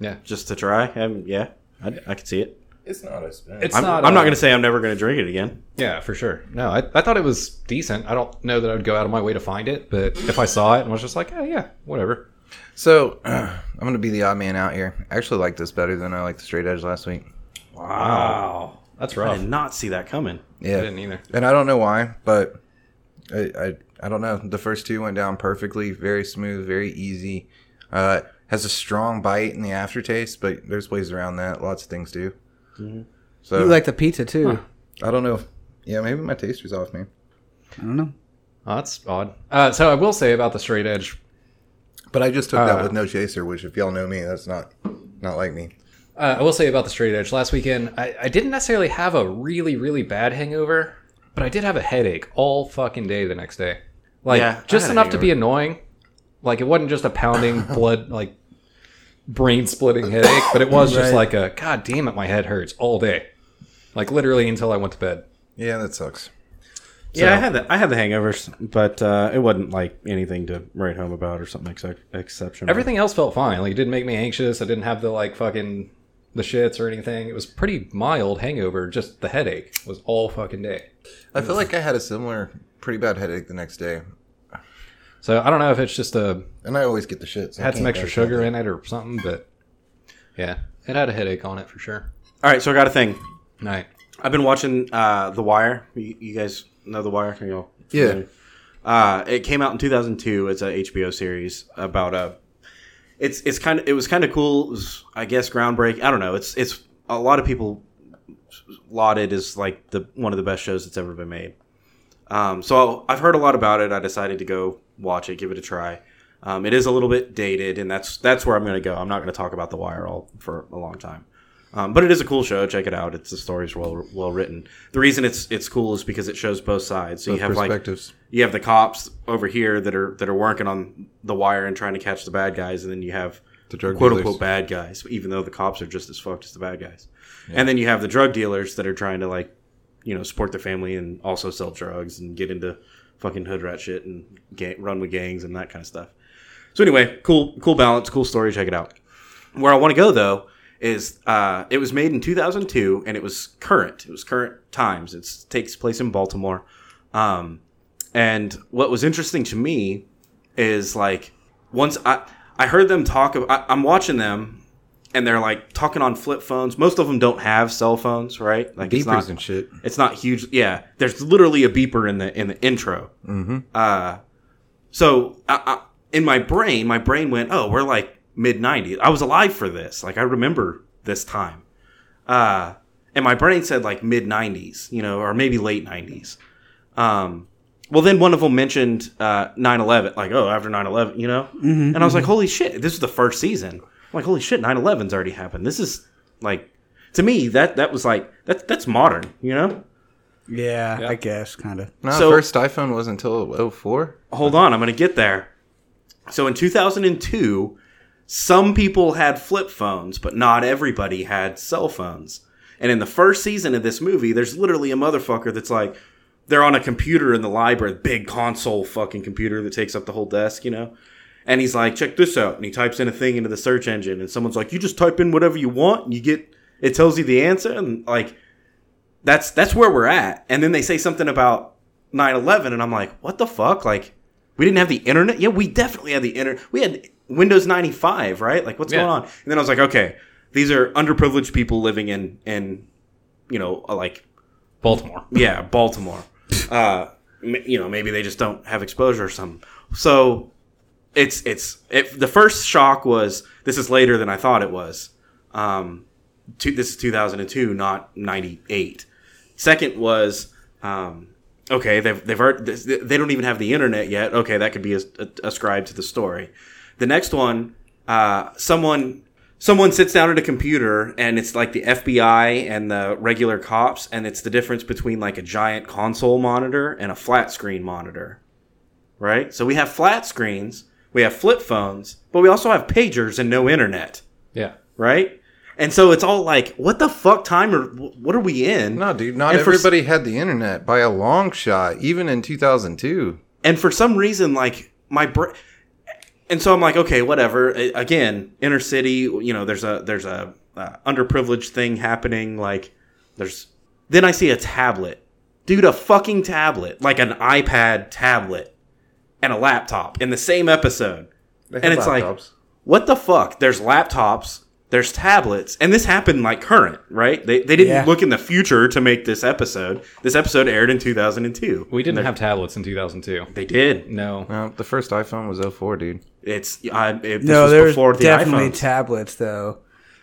Speaker 1: yeah.
Speaker 3: just to try, um, yeah, I, I could see it.
Speaker 2: It's not as bad.
Speaker 1: It's
Speaker 3: I'm
Speaker 1: not.
Speaker 3: not, I'm not
Speaker 1: uh,
Speaker 3: going to say I'm never going to drink it again.
Speaker 1: Yeah, for sure. No, I, I thought it was decent. I don't know that I would go out of my way to find it, but if I saw it and was just like, oh yeah, whatever.
Speaker 2: so I'm gonna be the odd man out here. I actually like this better than I liked the straight edge last week.
Speaker 3: Wow,
Speaker 1: That's
Speaker 3: Um, I
Speaker 1: rough.
Speaker 3: did not see that coming.
Speaker 2: Yeah,
Speaker 1: I didn't either.
Speaker 2: and I don't know why, but I, I I don't know. The first two went down perfectly, very smooth, very easy. Uh, has a strong bite in the aftertaste, but there's ways around that. Lots of things do. So
Speaker 1: Mm-hmm.
Speaker 4: you like the pizza too.
Speaker 2: I don't know. If, yeah, maybe my taste was off, man.
Speaker 4: I don't know.
Speaker 1: Oh, that's odd. Uh, so I will say about the straight edge.
Speaker 2: But I just took
Speaker 1: Uh.
Speaker 2: that with no chaser, which if y'all know me, that's not not like me.
Speaker 1: Uh, I will say about the straight edge. Last weekend, I, I didn't necessarily have a really really bad hangover, but I did have a headache all fucking day the next day. Like
Speaker 3: Yeah, I
Speaker 1: just
Speaker 3: had a
Speaker 1: enough to be annoying. Like it wasn't just a pounding blood like brain splitting headache, but it was just like a god damn it, my head hurts all day. Like literally until I went to bed.
Speaker 2: Yeah, that sucks.
Speaker 3: Yeah, I had the I had the hangovers, but uh, it wasn't like anything to write home about or something ex- exceptional.
Speaker 1: Everything else felt fine. Like it didn't make me anxious. I didn't have the like fucking the shits or anything. It was pretty mild hangover. Just the headache was all fucking day.
Speaker 2: I feel like I had a similar pretty bad headache the next day,
Speaker 1: So I don't know if it's just a
Speaker 2: and I always get the shit. so I
Speaker 1: had some
Speaker 2: can't
Speaker 1: extra
Speaker 2: judge
Speaker 1: sugar in it or something, but yeah, it had a headache on it for sure.
Speaker 3: All right, so I got a thing.
Speaker 1: Night.
Speaker 3: I've been watching uh, The Wire. You, you guys know The Wire? Are y'all
Speaker 2: Yeah.
Speaker 3: familiar? Uh, it came out in 2002. It's a HBO series about a. It's it's kind of it was kind of cool. It was, I guess groundbreaking. I don't know. It's it's a lot of people lauded as like the one of the best shows that's ever been made. Um, so I've heard a lot about it. I decided to go watch it, give it a try. Um, it is a little bit dated, and that's that's where I'm going to go. I'm not going to talk about The Wire all for a long time, um, but it is a cool show. Check it out. It's the story's well well written. The reason it's it's cool is because it shows both sides. So
Speaker 2: Both
Speaker 3: you have like
Speaker 2: perspectives.
Speaker 3: you have the cops over here that are that are working on the wire and trying to catch the bad guys, and then you have
Speaker 2: The drug
Speaker 3: quote
Speaker 2: dealers.
Speaker 3: unquote bad guys, even though the cops are just as fucked as the bad guys. And then you have the drug dealers that are trying to like, you know, support their family and also sell drugs and get into fucking hood rat shit and ga- run with gangs and that kind of stuff. So anyway, cool, cool balance, cool story. Check it out. Where I want to go though is uh, it was made in 2002 and it was current. It was current times. It takes place in Baltimore. Um, and what was interesting to me is like once I I heard them talk. Of, I, I'm watching them, and they're like talking on flip phones. Most of them don't have cell phones, right? Like
Speaker 2: Beepers
Speaker 3: it's not,
Speaker 2: and shit.
Speaker 3: it's not huge. Yeah, there's literally a beeper in the in the intro. Mm-hmm. Uh, so I, I, in my brain, my brain went, "Oh, we're like mid '90s. I was alive for this. Like I remember this time." Uh, and my brain said like mid '90s, you know, or maybe late '90s. Um, well, then one of them mentioned uh, 9/11, like, "Oh, after 9/11," you know, and I was like, "Holy shit! This is the first season." I'm like, "Holy shit! 9/11's already happened. This is like." To me, that that was like that that's modern, you know.
Speaker 4: Yeah, I guess kind of.
Speaker 2: No,
Speaker 3: So-
Speaker 2: first iPhone wasn't until 04.
Speaker 3: hold on, I'm going to get there. So in 2002, some people had flip phones, but not everybody had cell phones. And in the first season of this movie, there's literally a motherfucker that's like, they're on a computer in the library, big console fucking computer that takes up the whole desk, you know? and he's like, check this out. And he types in a thing into the search engine, and someone's like, you just type in whatever you want, and you get it tells you the answer, and like that's that's where we're at. And then they say something about 9/11, and I'm like, what the fuck? Like we didn't have the internet. Yeah, we definitely had the internet. We had Windows 95, right? Like what's
Speaker 1: Yeah.
Speaker 3: going on? And then I was like, okay, these are underprivileged people living in in you know like
Speaker 1: Baltimore.
Speaker 3: yeah, Baltimore. Uh, m- you know, maybe they just don't have exposure or something. So it's it's it, the first shock was this is later than I thought it was. Um, two, this is 2002, not 98. Second was um, okay, they've they've already, this- they don't even have the internet yet. Okay, that could be as, ascribed to the story. The next one, uh, someone someone sits down at a computer and it's like the FBI and the regular cops, and it's the difference between like a giant console monitor and a flat screen monitor, right? So we have flat screens, we have flip phones, but we also have pagers and no internet,
Speaker 1: Yeah.
Speaker 3: right? And so it's all like, what the fuck time or what are we in?
Speaker 2: No, dude, not
Speaker 3: And for s-
Speaker 2: everybody had the internet by a long shot, even in 2002.
Speaker 3: and for some reason like my brain and so i'm like okay whatever A- again inner city you know there's a there's a uh, underprivileged thing happening like there's then i see a tablet dude a fucking tablet like an ipad tablet and a laptop in the same episode
Speaker 2: They
Speaker 3: and it's like what the fuck? There's laptops, there's tablets, and this happened like current, right? They, they didn't
Speaker 4: Yeah.
Speaker 3: look in the future to make this episode. This episode aired in 2002.
Speaker 1: We didn't have tablets in 2002.
Speaker 3: They did.
Speaker 1: No.
Speaker 2: No, the first iPhone was 04, dude.
Speaker 3: It's I. It, this
Speaker 4: No,
Speaker 3: was
Speaker 4: there
Speaker 3: before
Speaker 4: was
Speaker 3: the
Speaker 4: definitely
Speaker 3: iPhones.
Speaker 4: tablets though,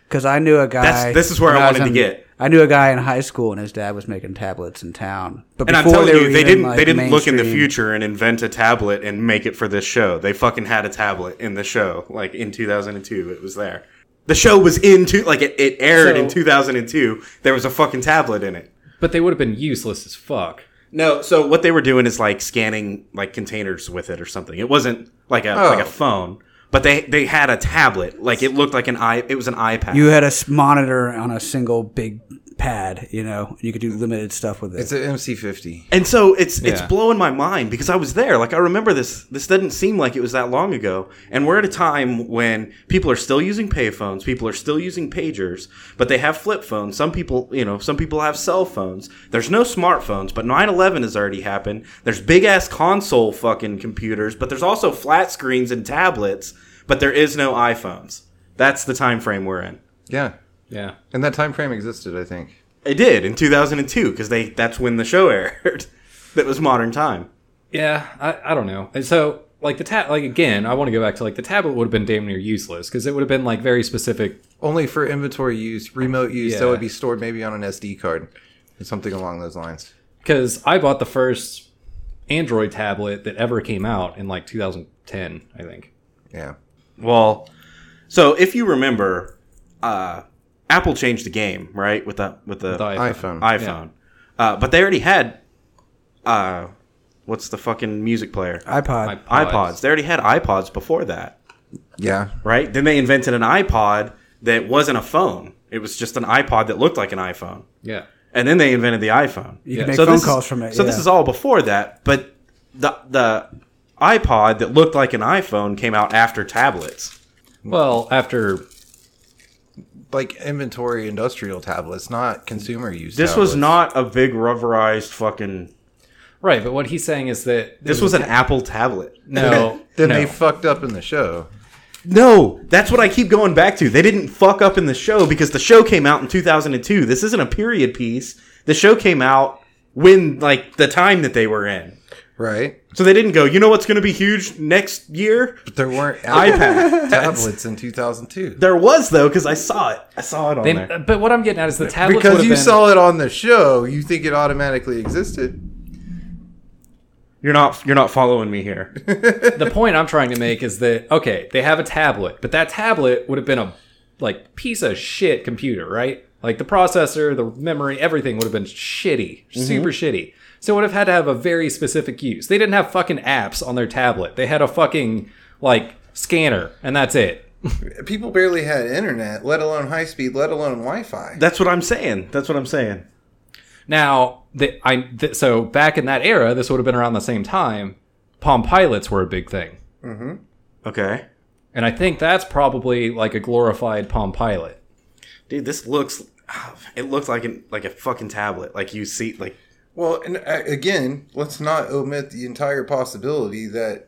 Speaker 4: because I knew a guy.
Speaker 3: That's- this is where
Speaker 4: when
Speaker 3: I
Speaker 4: was
Speaker 3: wanted to
Speaker 4: in-
Speaker 3: get.
Speaker 4: I knew a guy in high school, and his dad was making tablets in town. But
Speaker 3: and I'm
Speaker 4: before
Speaker 3: telling
Speaker 4: they
Speaker 3: you,
Speaker 4: were
Speaker 3: they
Speaker 4: even,
Speaker 3: didn't.
Speaker 4: like,
Speaker 3: they didn't look in the
Speaker 4: mainstream-
Speaker 3: future and invent a tablet and make it for this show. They fucking had a tablet in the show, like in 2002. It was there. The show was in two, like it, it aired in
Speaker 1: So-
Speaker 3: 2002. There was a fucking tablet in it.
Speaker 1: But they would have been useless as fuck.
Speaker 3: No, so what they were doing is like scanning like containers with it or something. It wasn't like a like a
Speaker 2: Oh.
Speaker 3: phone, but they they had a tablet. Like it looked like an i. It was an iPad.
Speaker 4: You had a s- monitor on a single big pad, you know, and you could do limited stuff with it.
Speaker 2: It's an MC50.
Speaker 3: And so it's it's
Speaker 1: Yeah.
Speaker 3: blowing my mind because I was there. Like I remember this. This doesn't seem like it was that long ago. And we're at a time when people are still using payphones, people are still using pagers, but they have flip phones. Some people, you know, some people have cell phones. There's no smartphones, but 9/11 has already happened. There's big ass console fucking computers, but there's also flat screens and tablets, but there is no iPhones. That's the time frame we're in.
Speaker 2: Yeah.
Speaker 1: Yeah.
Speaker 2: And that time frame existed, I think.
Speaker 3: It did in 2002 because they that's when the show aired. that was modern time.
Speaker 1: Yeah, I, I don't know. And so like the tab like again, I want to go back to like the tablet would have been damn near useless because it would have been like very specific.
Speaker 2: Only for inventory use, remote use, that
Speaker 1: Yeah.
Speaker 2: would be stored maybe on an SD card or something along those lines.
Speaker 1: Because I bought the first Android tablet that ever came out in like 2010, I think.
Speaker 2: Yeah.
Speaker 3: Well, so if you remember, uh, Apple changed the game, right, with the with the,
Speaker 1: The
Speaker 2: iPhone.
Speaker 3: iPhone. Uh, but they already had, uh, what's the fucking music player?
Speaker 4: iPod.
Speaker 3: iPods. They already had iPods before that,
Speaker 2: yeah.
Speaker 3: right? Then they invented an iPod that wasn't a phone. It was just an iPod that looked like an iPhone.
Speaker 1: Yeah.
Speaker 3: And then they invented the iPhone.
Speaker 4: You
Speaker 1: Yeah.
Speaker 4: could make
Speaker 3: So
Speaker 4: phone
Speaker 3: this is-
Speaker 4: calls from it.
Speaker 3: So this
Speaker 4: yeah.
Speaker 3: is all before that, but the the iPod that looked like an iPhone came out after tablets.
Speaker 1: Well, after
Speaker 2: Like inventory industrial tablets, not consumer use.
Speaker 3: This was
Speaker 2: tablets.
Speaker 3: not a big rubberized fucking
Speaker 1: right, but what he's saying is that
Speaker 3: This was an Apple tablet.
Speaker 1: no.
Speaker 2: Then
Speaker 1: no.
Speaker 2: they fucked up in the show.
Speaker 3: No, that's what I keep going back to. They didn't fuck up in the show because the show came out in 2002. This isn't a period piece. The show came out when, like, the time that they were in.
Speaker 2: Right.
Speaker 3: So they didn't go, you know what's going to be huge next year?
Speaker 2: But there weren't
Speaker 3: iPad.
Speaker 2: tablets in 2002.
Speaker 3: There was, though, because I saw it. I saw it on
Speaker 1: They-
Speaker 3: there.
Speaker 1: but what I'm getting at is the tablet
Speaker 2: Because you saw it on the show, you think it automatically existed.
Speaker 3: You're not, you're not following me here.
Speaker 1: the point I'm trying to make is that okay, they have a tablet, but that tablet would have been a like piece of shit computer, right? Like the processor, the memory, everything would have been shitty,
Speaker 2: Mm-hmm.
Speaker 1: super shitty. So it would have had to have a very specific use. They didn't have fucking apps on their tablet. They had a fucking like scanner, and that's it.
Speaker 2: People barely had internet, let alone high speed, let alone Wi Fi.
Speaker 3: That's what I'm saying. That's what I'm saying.
Speaker 1: Now, the, I th- so back in that era, this would have been around the same time. Palm pilots were a big thing.
Speaker 3: Okay.
Speaker 1: And I think that's probably like a glorified Palm Pilot.
Speaker 3: Dude, this looks it looks like an like a fucking tablet. Like you see like
Speaker 2: Well, and uh, again, let's not omit the entire possibility that.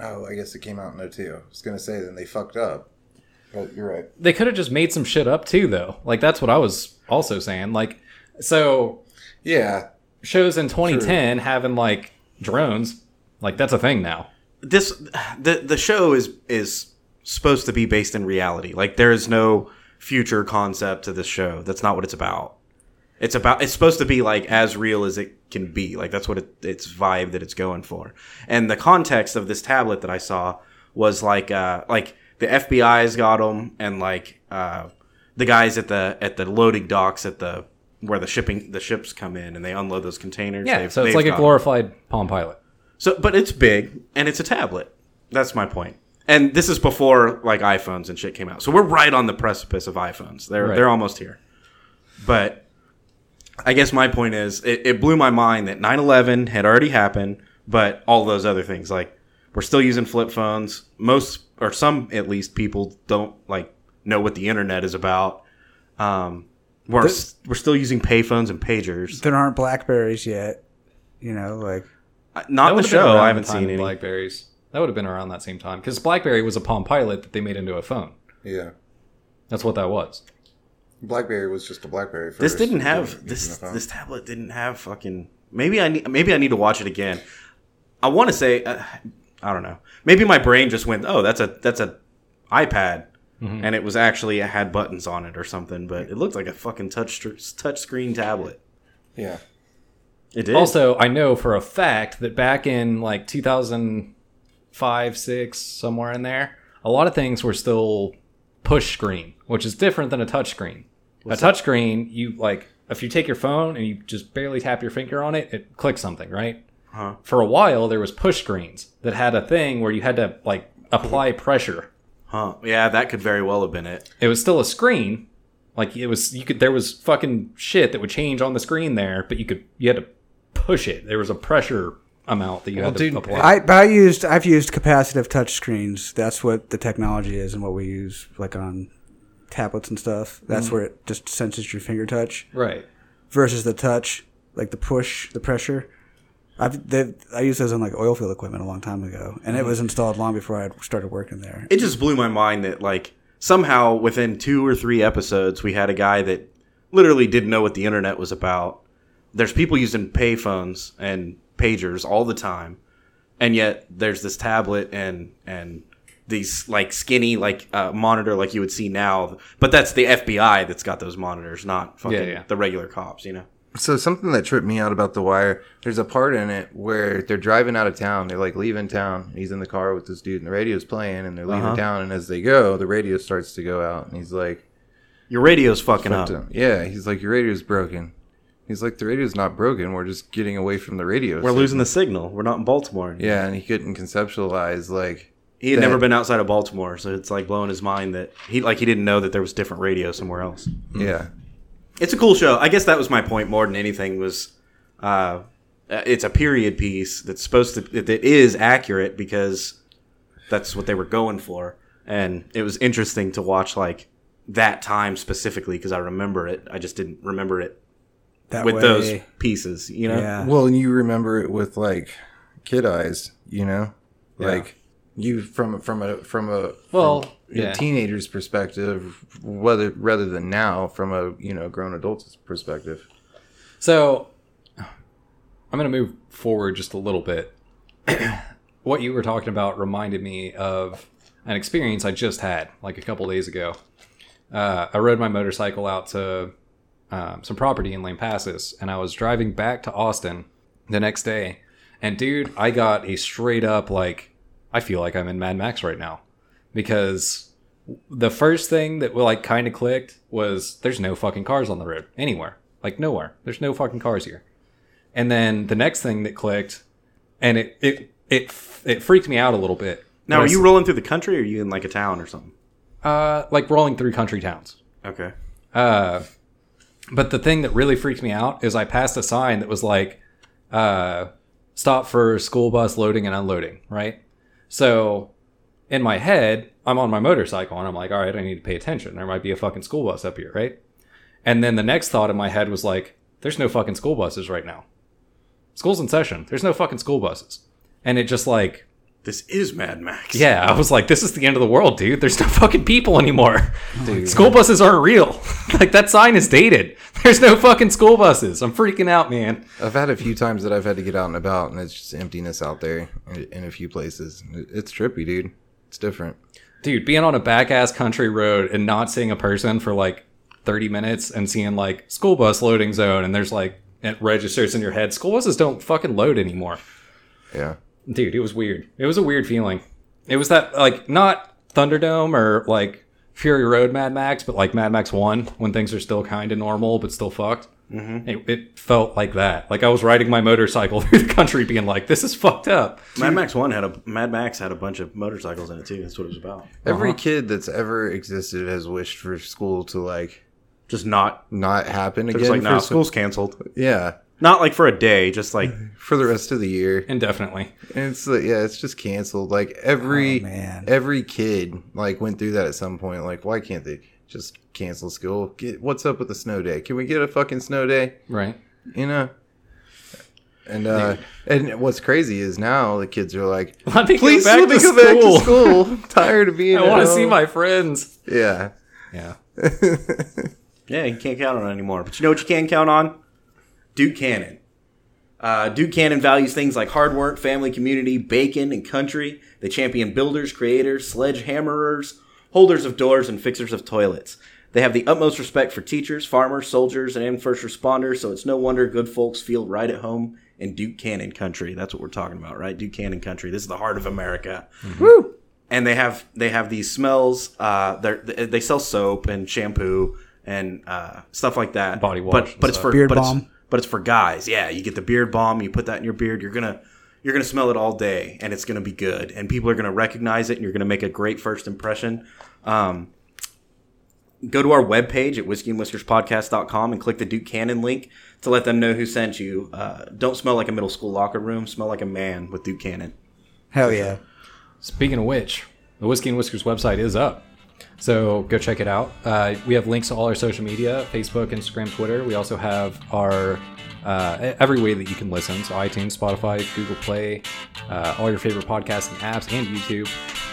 Speaker 2: Oh, I guess it came out in 02. I was going to say, then they fucked up. But you're right.
Speaker 1: They could have just made some shit up too, though. Like that's what I was also saying. Like, so
Speaker 2: Yeah.
Speaker 1: shows in 2010 having like drones, like that's a thing now.
Speaker 3: this the the show is is supposed to be based in reality. Like there is no future concept to this show. That's not what it's about. It's about it's supposed to be like as real as it can be. Like that's what it, its vibe that it's going for. And the context of this tablet that I saw was like uh like the FBI's got them and like uh the guys at the at the loading docks at the where the shipping the ships come in and they unload those containers.
Speaker 1: Yeah,
Speaker 3: They've-
Speaker 1: so
Speaker 3: they've
Speaker 1: it's like a
Speaker 3: got 'em.
Speaker 1: glorified Palm Pilot.
Speaker 3: So, but it's big and it's a tablet. That's my point. And this is before like iPhones and shit came out. So we're right on the precipice of iPhones. They're
Speaker 1: Right.
Speaker 3: they're almost here. But I guess my point is it, it blew my mind that 9/11 had already happened, but all those other things like we're still using flip phones. Most or some at least people don't like know what the internet is about. Um, we're s- we're still using payphones and pagers.
Speaker 4: There aren't Blackberries yet. You know, like
Speaker 3: Uh, Not the
Speaker 1: would've been
Speaker 3: show.
Speaker 1: around
Speaker 3: I
Speaker 1: the
Speaker 3: haven't
Speaker 1: time
Speaker 3: seen
Speaker 1: of
Speaker 3: any.
Speaker 1: Blackberries. That would have been around that same time because BlackBerry was a Palm Pilot that they made into a phone.
Speaker 2: Yeah.
Speaker 1: That's what that was.
Speaker 2: Blackberry was just a Blackberry. First.
Speaker 3: This did didn't
Speaker 2: It
Speaker 3: have
Speaker 2: get
Speaker 3: this.
Speaker 2: enough out.
Speaker 3: This tablet didn't have fucking. Maybe I need. Maybe I need to watch it again. I want to say. Uh, I don't know. Maybe my brain just went. Oh, that's a that's a iPad, and it was actually it had buttons on it or something. But it looked like a fucking touch touch screen tablet.
Speaker 2: Yeah.
Speaker 3: It did.
Speaker 1: Also, I know for a fact that back in like 2005, 6, somewhere in there, a lot of things were still push screen, which is different than a touch screen. a touch screen, you like if you take your phone and you just barely tap your finger on it, it clicks something, right?
Speaker 3: Huh.
Speaker 1: For a while, there was push screens that had a thing where you had to like apply pressure.
Speaker 3: huh? Yeah, that could very well have been it.
Speaker 1: It was still a screen, like it was you could there was fucking shit that would change on the screen there, but you could you had to push it. There was a pressure amount that you had to
Speaker 2: dude,
Speaker 1: apply.
Speaker 4: I, but I used I've used capacitive touch screens. That's what the technology is and what we use like on tablets and stuff. That's
Speaker 3: Mm.
Speaker 4: where it just senses your finger touch
Speaker 1: Right.
Speaker 4: versus the touch, like the push, the pressure. I've they, I used those on like oil field equipment a long time ago,
Speaker 3: Mm.
Speaker 4: and it was installed long before I started working there.
Speaker 3: It just blew my mind that like somehow within two or three episodes we had a guy that literally didn't know what the internet was about. There's people using payphones and pagers all the time, and yet there's this tablet and and these like skinny like uh, monitor like you would see now. But that's the FBI that's got those monitors, not fucking
Speaker 1: Yeah, yeah.
Speaker 3: the regular cops. You know.
Speaker 2: So something that tripped me out about The Wire, there's a part in it where they're driving out of town. They're like leaving town. and He's in the car with this dude, and the radio's playing, and they're leaving
Speaker 3: Uh-huh.
Speaker 2: town. And as they go, the radio starts to go out, and he's like,
Speaker 3: Your radio's fucking up.
Speaker 2: to- "Yeah." He's like, "Your radio's broken." He's like, "The radio's not broken. We're just getting away from the radio."
Speaker 3: We're
Speaker 2: signal."
Speaker 3: losing the signal. We're not in Baltimore.
Speaker 2: Yeah, and he couldn't conceptualize like
Speaker 3: He had
Speaker 2: that-
Speaker 3: never been outside of Baltimore, so it's like blowing his mind that he like he didn't know that there was different radio somewhere else.
Speaker 2: yeah.
Speaker 3: It's a cool show. I guess that was my point more than anything was uh, it's a period piece that's supposed to that is accurate because that's what they were going for, and it was interesting to watch like that time specifically because I remember it. I just didn't remember it
Speaker 4: That
Speaker 3: with
Speaker 4: way,
Speaker 3: those pieces, you know.
Speaker 4: yeah,
Speaker 2: Well, and you remember it with like kid eyes, you know? Like you from from a from a
Speaker 1: Well,
Speaker 2: from your
Speaker 1: yeah.
Speaker 2: teenager's perspective whether rather than now from a, you know, grown adult's perspective.
Speaker 1: So I'm going to move forward just a little bit. what you were talking about reminded me of an experience I just had like a couple days ago. Uh, I rode my motorcycle out to um, some property in Lane Passes, and I was driving back to Austin the next day. And dude, I got a straight up like, I feel like I'm in Mad Max right now because the first thing that like kind of clicked was there's no fucking cars on the road anywhere, like nowhere. There's no fucking cars here. And then the next thing that clicked, and it it it it freaked me out a little bit.
Speaker 3: Now,
Speaker 1: When
Speaker 3: are
Speaker 1: I
Speaker 3: you rolling through the country, or are you in like a town or something?
Speaker 1: uh, like rolling through country towns.
Speaker 3: Okay.
Speaker 1: Uh, but the thing that really freaked me out is I passed a sign that was like, uh, stop for school bus loading and unloading, right? So in my head, I'm on my motorcycle and I'm like, all right, I need to pay attention. There might be a fucking school bus up here, right? And then the next thought in my head was like, there's no fucking school buses right now. School's in session. There's no fucking school buses. And it just like,
Speaker 3: This is Mad Max.
Speaker 1: yeah, I was like, this is the end of the world, dude. There's no fucking people anymore. School buses aren't real. like that sign is dated. There's no fucking school buses. I'm freaking out, man.
Speaker 2: I've had a few times that I've had to get out and about, and it's just emptiness out there in- in a few places. It- It's trippy, dude. It's different.
Speaker 1: Dude, being on a back ass country road and not seeing a person for like 30 minutes and seeing like school bus loading zone and there's like, it registers in your head. School buses don't fucking load anymore.
Speaker 2: Yeah.
Speaker 1: Dude, it was weird. It was a weird feeling. It was that, like, not Thunderdome or like Fury Road Mad Max, but like Mad Max 1 when things are still kind of normal but still fucked. Mm-hmm. It, it felt like that. Like I was riding my motorcycle through the country being like, this is fucked up.
Speaker 3: Mad Max One had a Mad Max had a bunch of motorcycles in it too. That's what it was about.
Speaker 2: Every kid that's ever existed has wished for school to like
Speaker 3: Just not.
Speaker 2: not happen
Speaker 3: It was
Speaker 2: again.
Speaker 3: like,
Speaker 2: for
Speaker 3: no,
Speaker 2: some-
Speaker 3: school's canceled.
Speaker 2: yeah,
Speaker 3: Not like for a day, just like
Speaker 2: for the rest of the year.
Speaker 1: Indefinitely.
Speaker 2: And it's like, yeah, it's just canceled. Like every
Speaker 4: Oh, man.
Speaker 2: every kid like went through that at some point. Like, why can't they just cancel school? Get what's up with the snow day? Can we get a fucking snow day?
Speaker 1: Right.
Speaker 2: You know. And uh, and what's crazy is now the kids are like,
Speaker 1: Let me go
Speaker 2: please
Speaker 1: back
Speaker 2: let me
Speaker 1: to
Speaker 2: go back
Speaker 1: school."
Speaker 2: to school. Tired of being.
Speaker 1: I
Speaker 2: at
Speaker 1: want to see
Speaker 2: home."
Speaker 1: my friends.
Speaker 2: Yeah.
Speaker 1: Yeah.
Speaker 3: Yeah, you can't count on it anymore. But you know what you can count on? Duke Cannon. Uh, Duke Cannon values things like hard work, family, community, bacon, and country. They champion builders, creators, sledgehammerers, holders of doors, and fixers of toilets. They have the utmost respect for teachers, farmers, soldiers, and first responders, so it's no wonder good folks feel right at home in Duke Cannon country. That's what we're talking about, right? Duke Cannon country. This is the heart of America
Speaker 1: Mm-hmm.
Speaker 3: and they have they have these smells. Uh, they're- they they sell soap and shampoo and uh, stuff like that.
Speaker 1: Body wash
Speaker 3: but
Speaker 1: and
Speaker 3: but it's
Speaker 1: stuff.
Speaker 3: for
Speaker 4: Beard
Speaker 3: but it's-
Speaker 4: balm.
Speaker 3: but it's for guys. Yeah, you get the beard balm. You put that in your beard. You're gonna you're gonna smell it all day, and it's gonna be good. And people are gonna recognize it, and you're gonna make a great first impression. Um, go to our webpage at whiskeyandwhiskerspodcast.com and click the Duke Cannon link to let them know who sent you. Uh, don't smell like a middle school locker room. Smell like a man with Duke Cannon.
Speaker 4: Hell yeah.
Speaker 1: Speaking of which, the Whiskey and Whiskers website is up. So go check it out. Uh, we have links to all our social media Facebook, Instagram, Twitter. We also have our uh, every way that you can listen. So iTunes, Spotify, Google Play, uh, all your favorite podcasts and apps, and YouTube.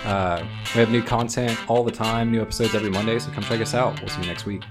Speaker 1: Uh, we have new content all the time, new episodes every Monday. So come check us out. We'll see you next week.